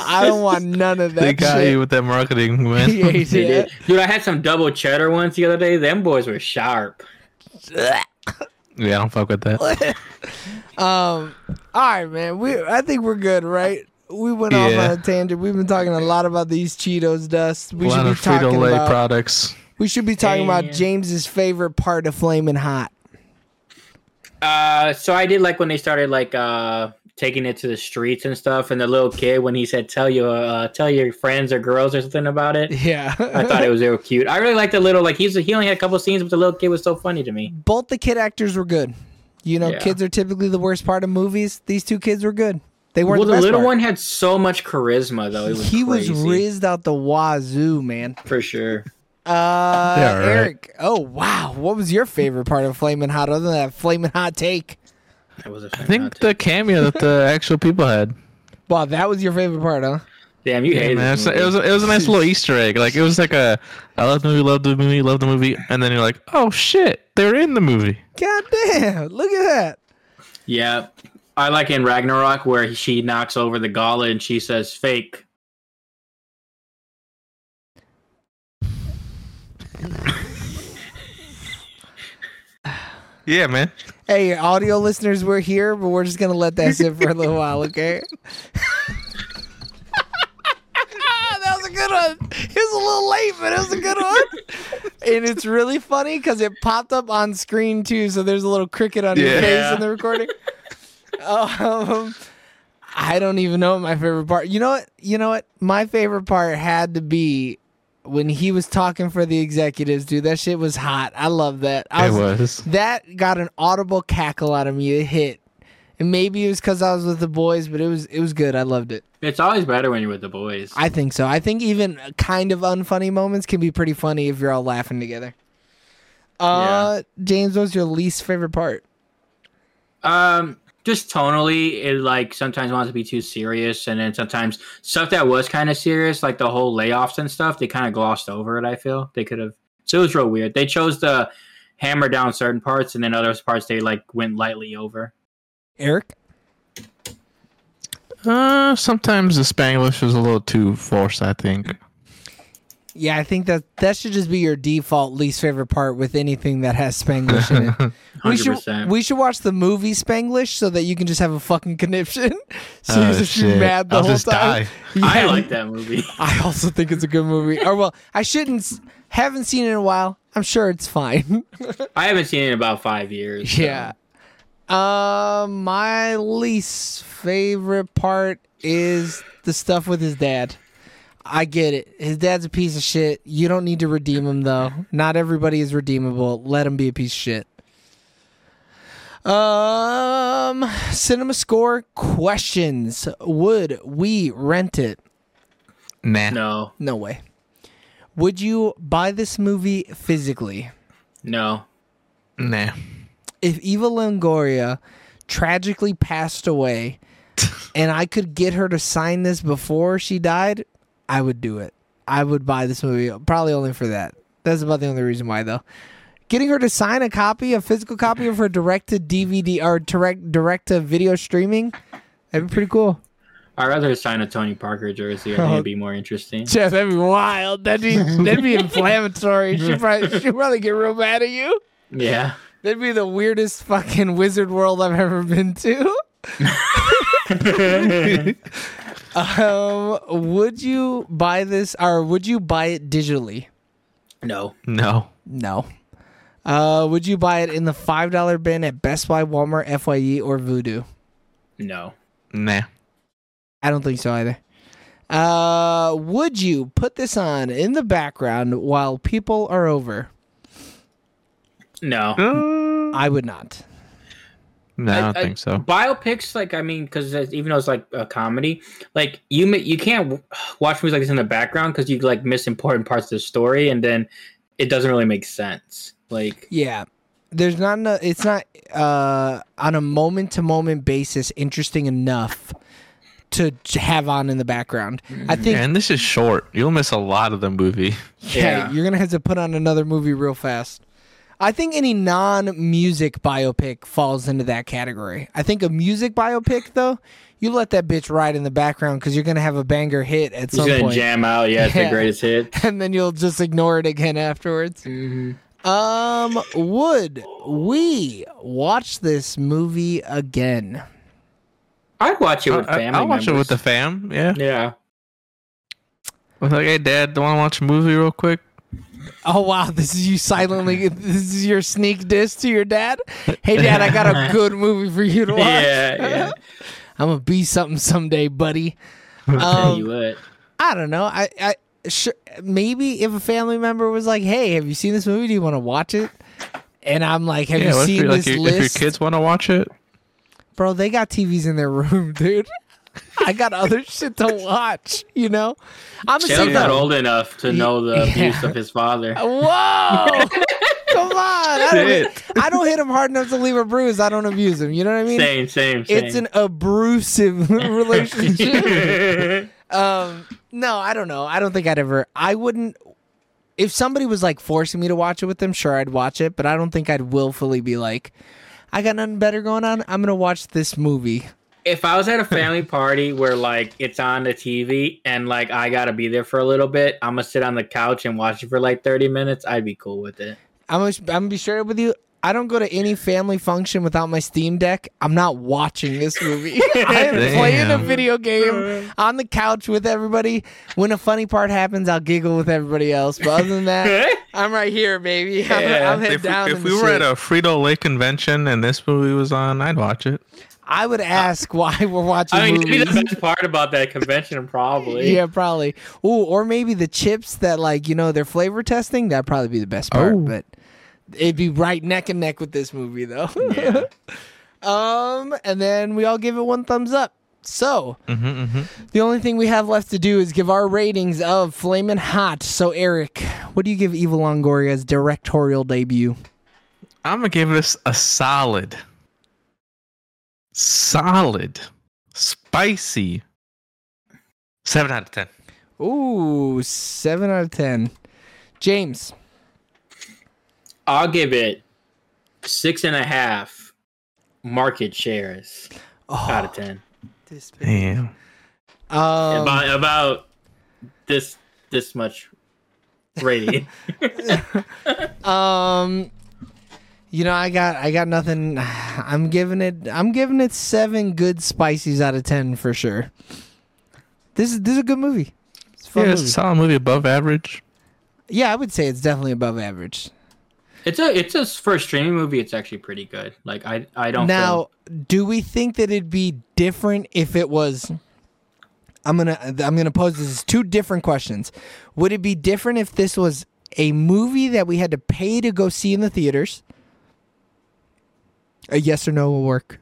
S1: I don't want none of that.
S2: They got
S1: shit.
S2: you with that marketing, man.
S1: Yeah, he
S3: They
S1: did.
S3: did. Dude, I had some double cheddar ones the other day. Them boys were sharp.
S2: yeah, I don't fuck with that.
S1: Um. All right, man. We I think we're good, right? We went off
S2: Yeah.
S1: on a tangent. We've been talking a lot about these Cheetos dust.
S2: A
S1: We should
S2: lot
S1: be
S2: of
S1: talking
S2: Frito Lay
S1: about.
S2: products.
S1: we should be talking about
S3: Damn.
S1: James's favorite part of Flamin' Hot.
S3: Uh, so I did like when they started like uh taking it to the streets and stuff, and the little kid when he said, "Tell your uh, tell your friends or girls or something about it."
S1: Yeah.
S3: I thought it was real cute. I really liked the little like he's he only had a couple scenes, but the little kid was so funny to me.
S1: Both the kid actors were good. You know,
S3: Yeah.
S1: kids are typically the worst part of movies. These two kids were good. They weren't
S3: Well,
S1: the,
S3: the
S1: best
S3: little
S1: part.
S3: one had so much charisma though. It was
S1: he was
S3: crazy,
S1: rizzed out the wazoo, man.
S3: for sure.
S1: Uh,
S2: Yeah, all right.
S1: Eric. Oh wow, what was your favorite part of Flamin' Hot other than that Flamin' Hot take?
S3: That was a
S2: I think the cameo that the actual people had.
S1: Wow, that was your favorite part, huh?
S3: damn you
S2: Yeah,
S3: hated
S2: man,
S3: this
S2: it's- it
S3: movie.
S2: was it was a nice little Easter egg. Like it was like a I love the movie, love the movie, love the movie, and then you're like, oh shit, they're in the movie.
S1: God damn! Look at that.
S3: yeah. I like in Ragnarok where she knocks over the gala and she says fake.
S2: Yeah, man.
S1: Hey, audio listeners, we're here, but we're just gonna let that sit for a little while, okay? that was a good good one. It was a little late, but it was a good one. and it's really funny because it popped up on screen too, so there's a little cricket on your
S2: Yeah.
S1: face in the recording. um, I don't even know what my favorite part. You know what? You know what? My favorite part had to be when he was talking for the executives. Dude, that shit was hot. I love that. I
S2: It was.
S1: That got an audible cackle out of me. It hit. And maybe it was because I was with the boys, but it was it was good. I loved it.
S3: It's always better when you're with the boys.
S1: I think so. I think even kind of unfunny moments can be pretty funny if you're all laughing together. Uh, James, what was your least favorite part?
S3: Um, just tonally, it like sometimes wants to be too serious, and then sometimes stuff that was kind of serious, like the whole layoffs and stuff, they kind of glossed over it. I feel they could have. So it was real weird. They chose to hammer down certain parts, and then other parts they like went lightly over.
S1: Eric?
S2: Uh, sometimes the Spanglish is a little too forced. I think.
S1: Yeah, I think that that should just be your default least favorite part with anything that has Spanglish in it. We should
S3: 100%.
S1: we should watch the movie Spanglish so that you can just have a fucking conniption. so
S2: Oh,
S1: you're just
S2: shit.
S1: mad the
S2: I'll
S1: whole
S2: just
S1: time.
S2: die.
S3: I
S1: Yeah.
S3: like that movie.
S1: I also think it's a good movie. or well, I shouldn't s- haven't seen it in a while. I'm sure it's fine.
S3: I haven't seen it in about five years. so-
S1: Yeah. Uh, my least favorite part is the stuff with his dad. I get it. His dad's a piece of shit. You don't need to redeem him though. Not everybody is redeemable. Let him be a piece of shit. Um, cinema score questions. Would we rent it?
S2: Nah.
S3: No,
S1: No way. Would you buy this movie physically?
S3: no.
S2: Nah.
S1: if Eva Longoria tragically passed away and I could get her to sign this before she died, I would do it. I would buy this movie probably only for that. That's about the only reason why though. Getting her to sign a copy, a physical copy of her direct to DVD or direct direct to video streaming, that'd be pretty cool.
S3: I'd rather sign a Tony Parker jersey. I think it'd be more interesting.
S1: Jeff, that'd be wild. That'd be that'd be inflammatory. She'd probably she'd probably get real mad at you.
S3: Yeah.
S1: That'd be the weirdest fucking wizard world I've ever been to. um, would you buy this or would you buy it digitally?
S3: No.
S2: No.
S1: No. Uh, would you buy it in the five dollar bin at Best Buy, Walmart, Fye, or Voodoo?
S3: No.
S2: Nah.
S1: I don't think so either. Uh, would you put this on in the background while people are over?
S3: No.
S2: Uh,
S1: I would not.
S2: no, I don't think so.
S3: Biopics, like I mean, because even though it's like a comedy, like you ma- you can't w- watch movies like this in the background because you like miss important parts of the story, and then it doesn't really make sense. Like
S1: Yeah. There's not enough, it's not uh on a moment to moment basis interesting enough to j- have on in the background. I
S3: Mm.
S1: think
S2: And this is short. You'll miss a lot of the movie.
S1: yeah,
S3: Yeah.
S1: you're going to have to put on another movie real fast. I think any non-music biopic falls into that category. I think a music biopic though, you let that bitch ride in the background cuz you're going to have a banger hit at
S3: he's
S1: some
S3: gonna
S1: point.
S3: jam out. Yeah, it's
S1: Yeah.
S3: the greatest hit.
S1: and then you'll just ignore it again afterwards.
S2: Mm-hmm.
S1: Um, would we watch this movie again?
S3: I'd watch it with
S2: I-
S3: family.
S2: I'll watch it with the
S3: members.
S2: fam. Yeah.
S3: yeah.
S2: I was like, hey, Dad, do you want to watch a movie real quick?
S1: Oh wow, this is you silently. This is your sneak diss to your dad. Hey dad, I got a good movie for you to watch.
S3: yeah, yeah,
S1: I'm gonna be something someday, buddy.
S3: yeah. You
S1: Um,
S3: would.
S1: I don't know. I, I sure, maybe if a family member was like, "Hey, have you seen this movie? Do you want to watch it?" And I'm like, "Have
S2: Yeah,
S1: you
S2: what if,
S1: seen
S2: you- like,
S1: this
S2: your, if your
S1: list?"
S2: kids want to watch it?
S1: Bro, they got TVs in their room, dude. I got other shit to watch, you know? I'm gonna
S3: Caleb's
S1: say
S3: not
S1: though.
S3: old enough to know the
S1: yeah.
S3: abuse of his father.
S1: Whoa! Come on. I don't, hit,
S2: Shit.
S1: I don't hit him hard enough to leave a bruise. I don't abuse him. You know what I mean?
S3: Same, same, same.
S1: It's an abusive relationship.
S3: an.
S1: um, no, I don't know. I don't think I'd ever. I wouldn't. If somebody was like forcing me to watch it with them, sure, I'd watch it, but I don't think I'd willfully be like, I got nothing better going on. I'm going to watch this movie.
S3: if I was at a family party where like it's on the TV and like I gotta be there for a little bit, I'm gonna sit on the couch and watch it for like 30 minutes. I'd be cool with it.
S1: I'm gonna, I'm gonna be straight up with you. I don't go to any family function without my Steam Deck. I'm not watching this movie. I am
S2: Damn.
S1: playing a video game on the couch with everybody. When a funny part happens, I'll giggle with everybody else. But other than that, I'm right here, baby. I'm,
S3: Yeah.
S1: I'm head
S2: If, we-
S1: down.
S2: if
S1: in
S2: we
S1: the
S2: were
S1: shit.
S2: at a Frito Lake convention and this movie was on, I'd watch it.
S1: I would ask why we're watching
S3: I mean, it'd be
S1: movies.
S3: the best part about that convention, probably.
S1: Yeah, probably. Ooh, or maybe the chips that like you know they're flavor testing. That'd probably be the best part.
S2: Oh.
S1: But it'd be right neck and neck with this movie though.
S3: Yeah.
S1: um, and then we all give it one thumbs up. So
S2: hmm
S3: Mm-hmm,
S2: hmm
S1: the only thing we have left to do is give our ratings of Flamin' Hot. So Eric, what do you give Eva Longoria's directorial debut?
S2: I'm gonna give this a solid, solid, spicy seven out of ten.
S1: Ooh, seven out of ten. James,
S3: I'll give it six and a half market shares
S1: Oh.
S3: out of ten.
S1: this
S2: Damn.
S1: um,
S3: about about this this much rating.
S1: Um, you know, I got I got nothing. I'm giving it. I'm giving it seven good spices out of ten for sure. This is this is a good movie. It's a fun
S2: Yeah, it's a
S1: movie.
S2: solid movie, above average.
S1: yeah, I would say it's definitely above average.
S3: it's a it's a for a streaming movie. It's actually pretty good. Like I I don't
S1: Now, do we think that it'd be different if it was? I'm gonna I'm gonna pose this as two different questions. Would it be different if this was a movie that we had to pay to go see in the theaters? A yes or no will work.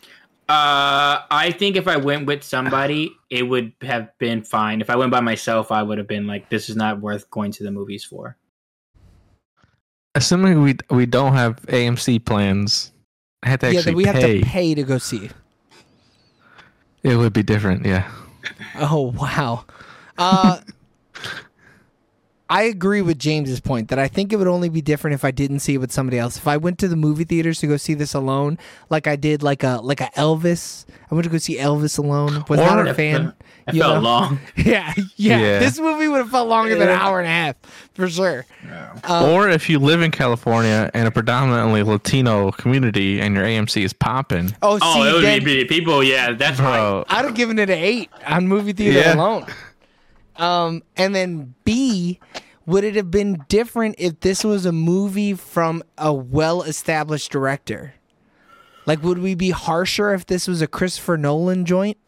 S3: feel, uh I think if I went with somebody, it would have been fine. If I went by myself, I would have been like, this is not worth going to the movies for.
S2: Assuming we we don't have AMC plans, I had to
S1: yeah, that
S2: actually
S1: we
S2: pay.
S1: have to pay to go see.
S2: It would be different. Yeah.
S1: Oh wow. Uh, I agree with James's point that I think it would only be different if I didn't see it with somebody else. If I went to the movie theaters to go see this alone, like I did, like a like a Elvis. I went to go see Elvis alone. Was
S2: Or
S1: not a
S3: if
S1: fan.
S3: I
S1: you
S3: felt
S1: know?
S3: long.
S1: Yeah, yeah,
S2: Yeah.
S1: This movie would have felt longer than an hour and a half for sure. Um,
S2: or if you live in California and a predominantly Latino community and your AMC is popping,
S1: Oh, see,
S3: Oh, it would
S1: then-
S3: be people. Yeah, that's right.
S2: bro.
S1: I'd have given it an eight on movie theater
S2: Yeah.
S1: alone. Um, and then B, would it have been different if this was a movie from a well-established director? Like, would we be harsher if this was a Christopher Nolan joint?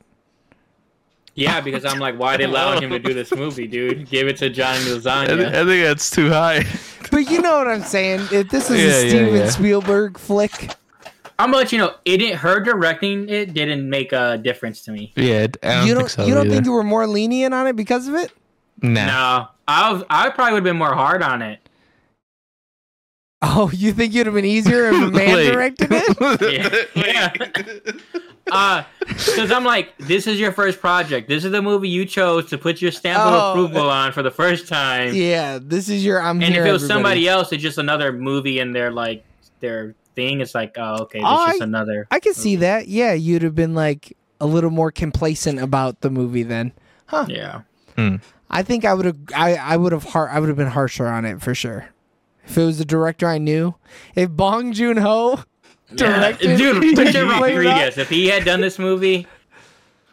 S3: Yeah, because I'm like, why are they allowing him to do this movie, dude? Give it to Johnny
S2: I, th-
S3: Lasagna.
S2: I think that's too high.
S1: But you know what I'm saying. If this was
S2: Yeah,
S1: a
S2: yeah,
S1: Steven
S2: yeah.
S1: Spielberg flick,
S3: I'm gonna let you know, it didn't her directing it didn't make a difference to me.
S2: yeah, I don't
S1: you
S2: think
S1: don't
S2: so.
S1: you don't
S2: either.
S1: think you were more lenient on it because of it?
S2: Nah.
S3: No, I was, I probably would have been more hard on it.
S1: Oh, you think you'd have been easier if a man
S2: Wait.
S1: directed it?
S3: Yeah. yeah. Uh, because I'm like, this is your first project. This is the movie you chose to put your stamp
S1: Oh.
S3: of approval on for the first time.
S1: Yeah, this is your I'm
S3: and
S1: here.
S3: if it was
S1: everybody.
S3: somebody else, it's just another movie in their like their thing. It's like, oh, okay,
S1: Oh,
S3: it's just
S1: I-
S3: another.
S1: I can see that. Yeah, you'd have been like a little more complacent about the movie then.
S3: Yeah.
S1: I think I would have. I, I would have. Har- I would have been harsher on it for sure. If it was the director I knew, if Bong Joon Ho directed,
S3: Dude, picture
S1: Blade Runner-
S3: Rodriguez. If he had done this movie,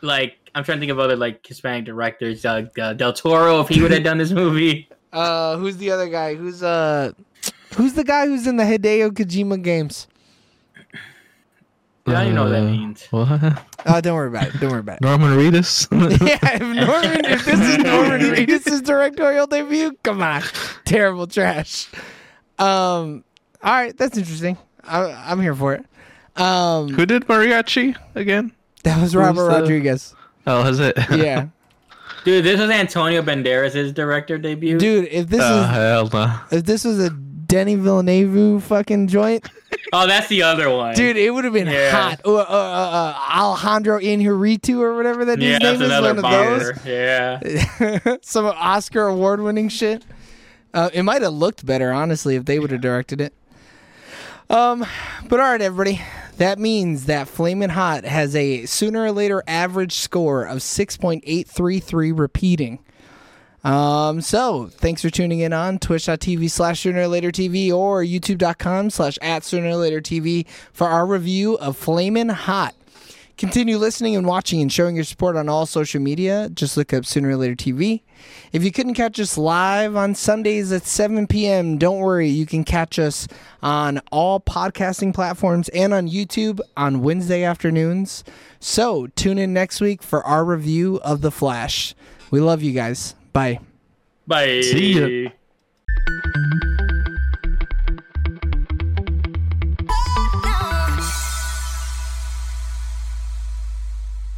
S3: like I'm trying to think of other like Hispanic directors, uh, uh, Del Toro. If he would have done this movie,
S1: Uh, who's the other guy? Who's uh, who's the guy who's in the Hideo Kojima games?
S3: I don't even know what that
S2: Uh,
S3: means.
S2: What?
S1: Oh, don't worry about it. Don't worry about it.
S2: Norman Reedus?
S1: yeah, if Norman, if this is Norman Reedus' directorial debut, come on, terrible trash. Um, all right, that's interesting. I, I'm here for it. Um,
S2: Who did mariachi again?
S1: that was Robert
S2: the-
S1: Rodriguez.
S2: Oh, is it?
S1: Yeah,
S3: Dude, this was Antonio Banderas' director debut.
S1: dude, if this
S2: oh
S1: was
S2: hell no.
S1: if this was a Denny Villeneuve fucking joint,
S3: Oh, that's the other one.
S1: dude, it would have been
S3: Yeah.
S1: hot. Uh, uh, uh, uh, Alejandro Inarritu or whatever that dude's
S3: yeah, that's
S1: name is,
S3: another
S1: one of those.
S3: bomber. Yeah.
S1: Some Oscar award winning shit. Uh, it might have looked better, honestly, if they would have directed it. Um, but all right, everybody. That means that Flamin' Hot has a sooner or later average score of 6.833 repeating. Um, so thanks for tuning in on twitch.tv slash sooner or later TV or youtube.com slash at sooner or later TV for our review of Flamin' Hot. Continue listening and watching and showing your support on all social media. Just look up Sooner or Later TV. If you couldn't catch us live on Sundays at 7 p.m., don't worry. You can catch us on all podcasting platforms and on YouTube on Wednesday afternoons. So tune in next week for our review of The Flash. We love you guys. Bye.
S3: Bye.
S2: See ya.